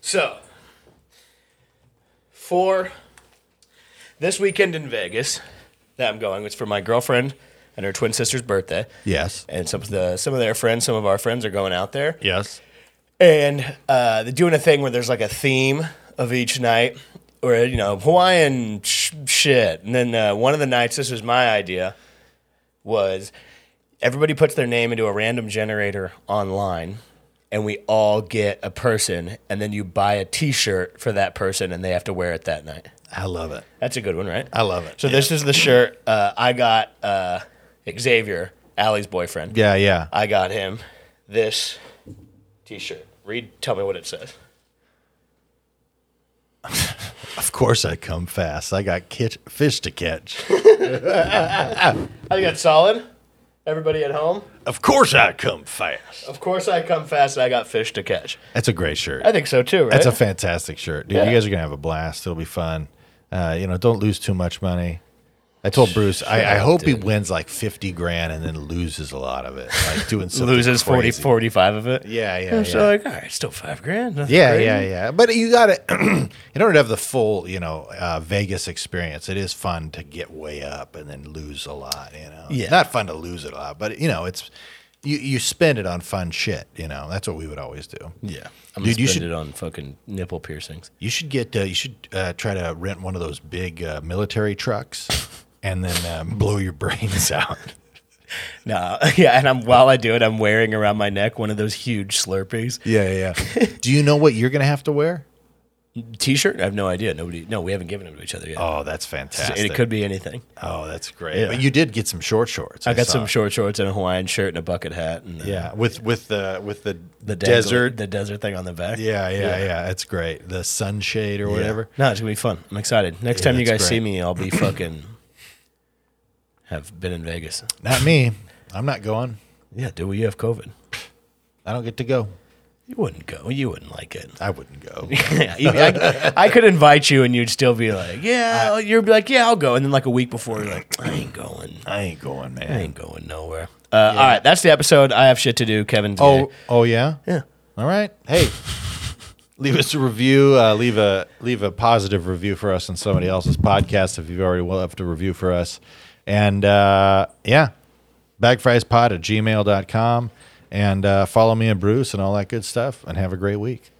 B: So, for this weekend in Vegas that I'm going, it's for my girlfriend and her twin sister's birthday.
A: Yes.
B: And some of, the, some of their friends, some of our friends are going out there.
A: Yes.
B: And uh, they're doing a thing where there's like a theme of each night, or you know, Hawaiian sh- shit. And then uh, one of the nights, this was my idea, was everybody puts their name into a random generator online, and we all get a person, and then you buy a T-shirt for that person, and they have to wear it that night.
A: I love it.
B: That's a good one, right?
A: I love it.
B: So this is the shirt uh, I got. Uh, Xavier, Allie's boyfriend.
A: Yeah. Yeah.
B: I got him this T-shirt. Read, tell me what it says.
A: Of course I come fast. I got kitch- fish to catch.
B: I think that's solid. Everybody at home.
A: of course I come fast.
B: Of course, I come fast and I got fish to catch.
A: That's a great shirt.
B: I think so too, right?
A: That's a fantastic shirt, dude.
B: Yeah.
A: You guys are gonna have a blast. It'll be fun. Uh, you know, don't lose too much money. I told Bruce, I, I hope he wins like fifty grand and then loses a lot of it,
B: <laughs>
A: like doing something
B: loses
A: crazy.
B: 40, 45 of it.
A: Yeah, yeah,
B: I'm
A: yeah.
B: So like, all right, still five grand. nothing
A: Yeah,
B: crazy.
A: yeah, yeah. But you got it. <clears throat> you don't have the full, you know, uh, Vegas experience. It is fun to get way up and then lose a lot. You know,
B: Yeah.
A: not fun to lose it a lot, but you know, it's you you spend it on fun shit. You know, that's what we would always do.
B: Yeah. I'm
A: Dude,
B: gonna
A: you
B: spend
A: should-
B: it on fucking nipple piercings.
A: You should get uh, you should uh, try to rent one of those big uh, military <laughs> trucks and then uh, blow your brains <laughs> out.
B: No, <laughs> yeah, and I'm while I do it, I'm wearing around my neck one of those huge Slurpees
A: yeah, yeah. <laughs> do you know what you're gonna have to wear?
B: T-shirt. I have no idea. Nobody, no, we haven't given them to each other yet.
A: Oh, that's fantastic.
B: it could be anything.
A: Oh, that's great. But you did get some short shorts.
B: I got
A: saw.
B: some short shorts and a Hawaiian shirt and a bucket hat. And uh,
A: Yeah, with with the with the,
B: the dangly-
A: desert.
B: the desert thing on the back.
A: yeah, yeah, yeah, That's great. The sunshade or whatever.
B: No, it's gonna be fun. I'm excited. Next
A: Yeah,
B: time you
A: that's
B: guys see
A: great.
B: me, I'll be fucking have been in Vegas.
A: Not me. I'm not going.
B: Yeah, dude, well, you have COVID.
A: I don't get to go.
B: You wouldn't go. You wouldn't
A: <laughs>
B: like it. <laughs>
A: I wouldn't go.
B: Yeah, you- I, I could invite you, and you'd still be like, "Yeah," I'll- you'd be like, "Yeah, I'll go." And then like a week before, you're like, "I ain't going.
A: I ain't going,
B: I
A: man.
B: ain't going nowhere." Uh, All right, that's the episode. I have shit to do. Kevin's
A: Oh, oh yeah.
B: Yeah.
A: All right. Hey, leave us a review. Uh, leave a leave a positive review for us on somebody else's podcast if you've already left a review for us. And uh, yeah, bagfriespod at gmail.com. And uh, follow me and Bruce and all that good stuff. And have a great week.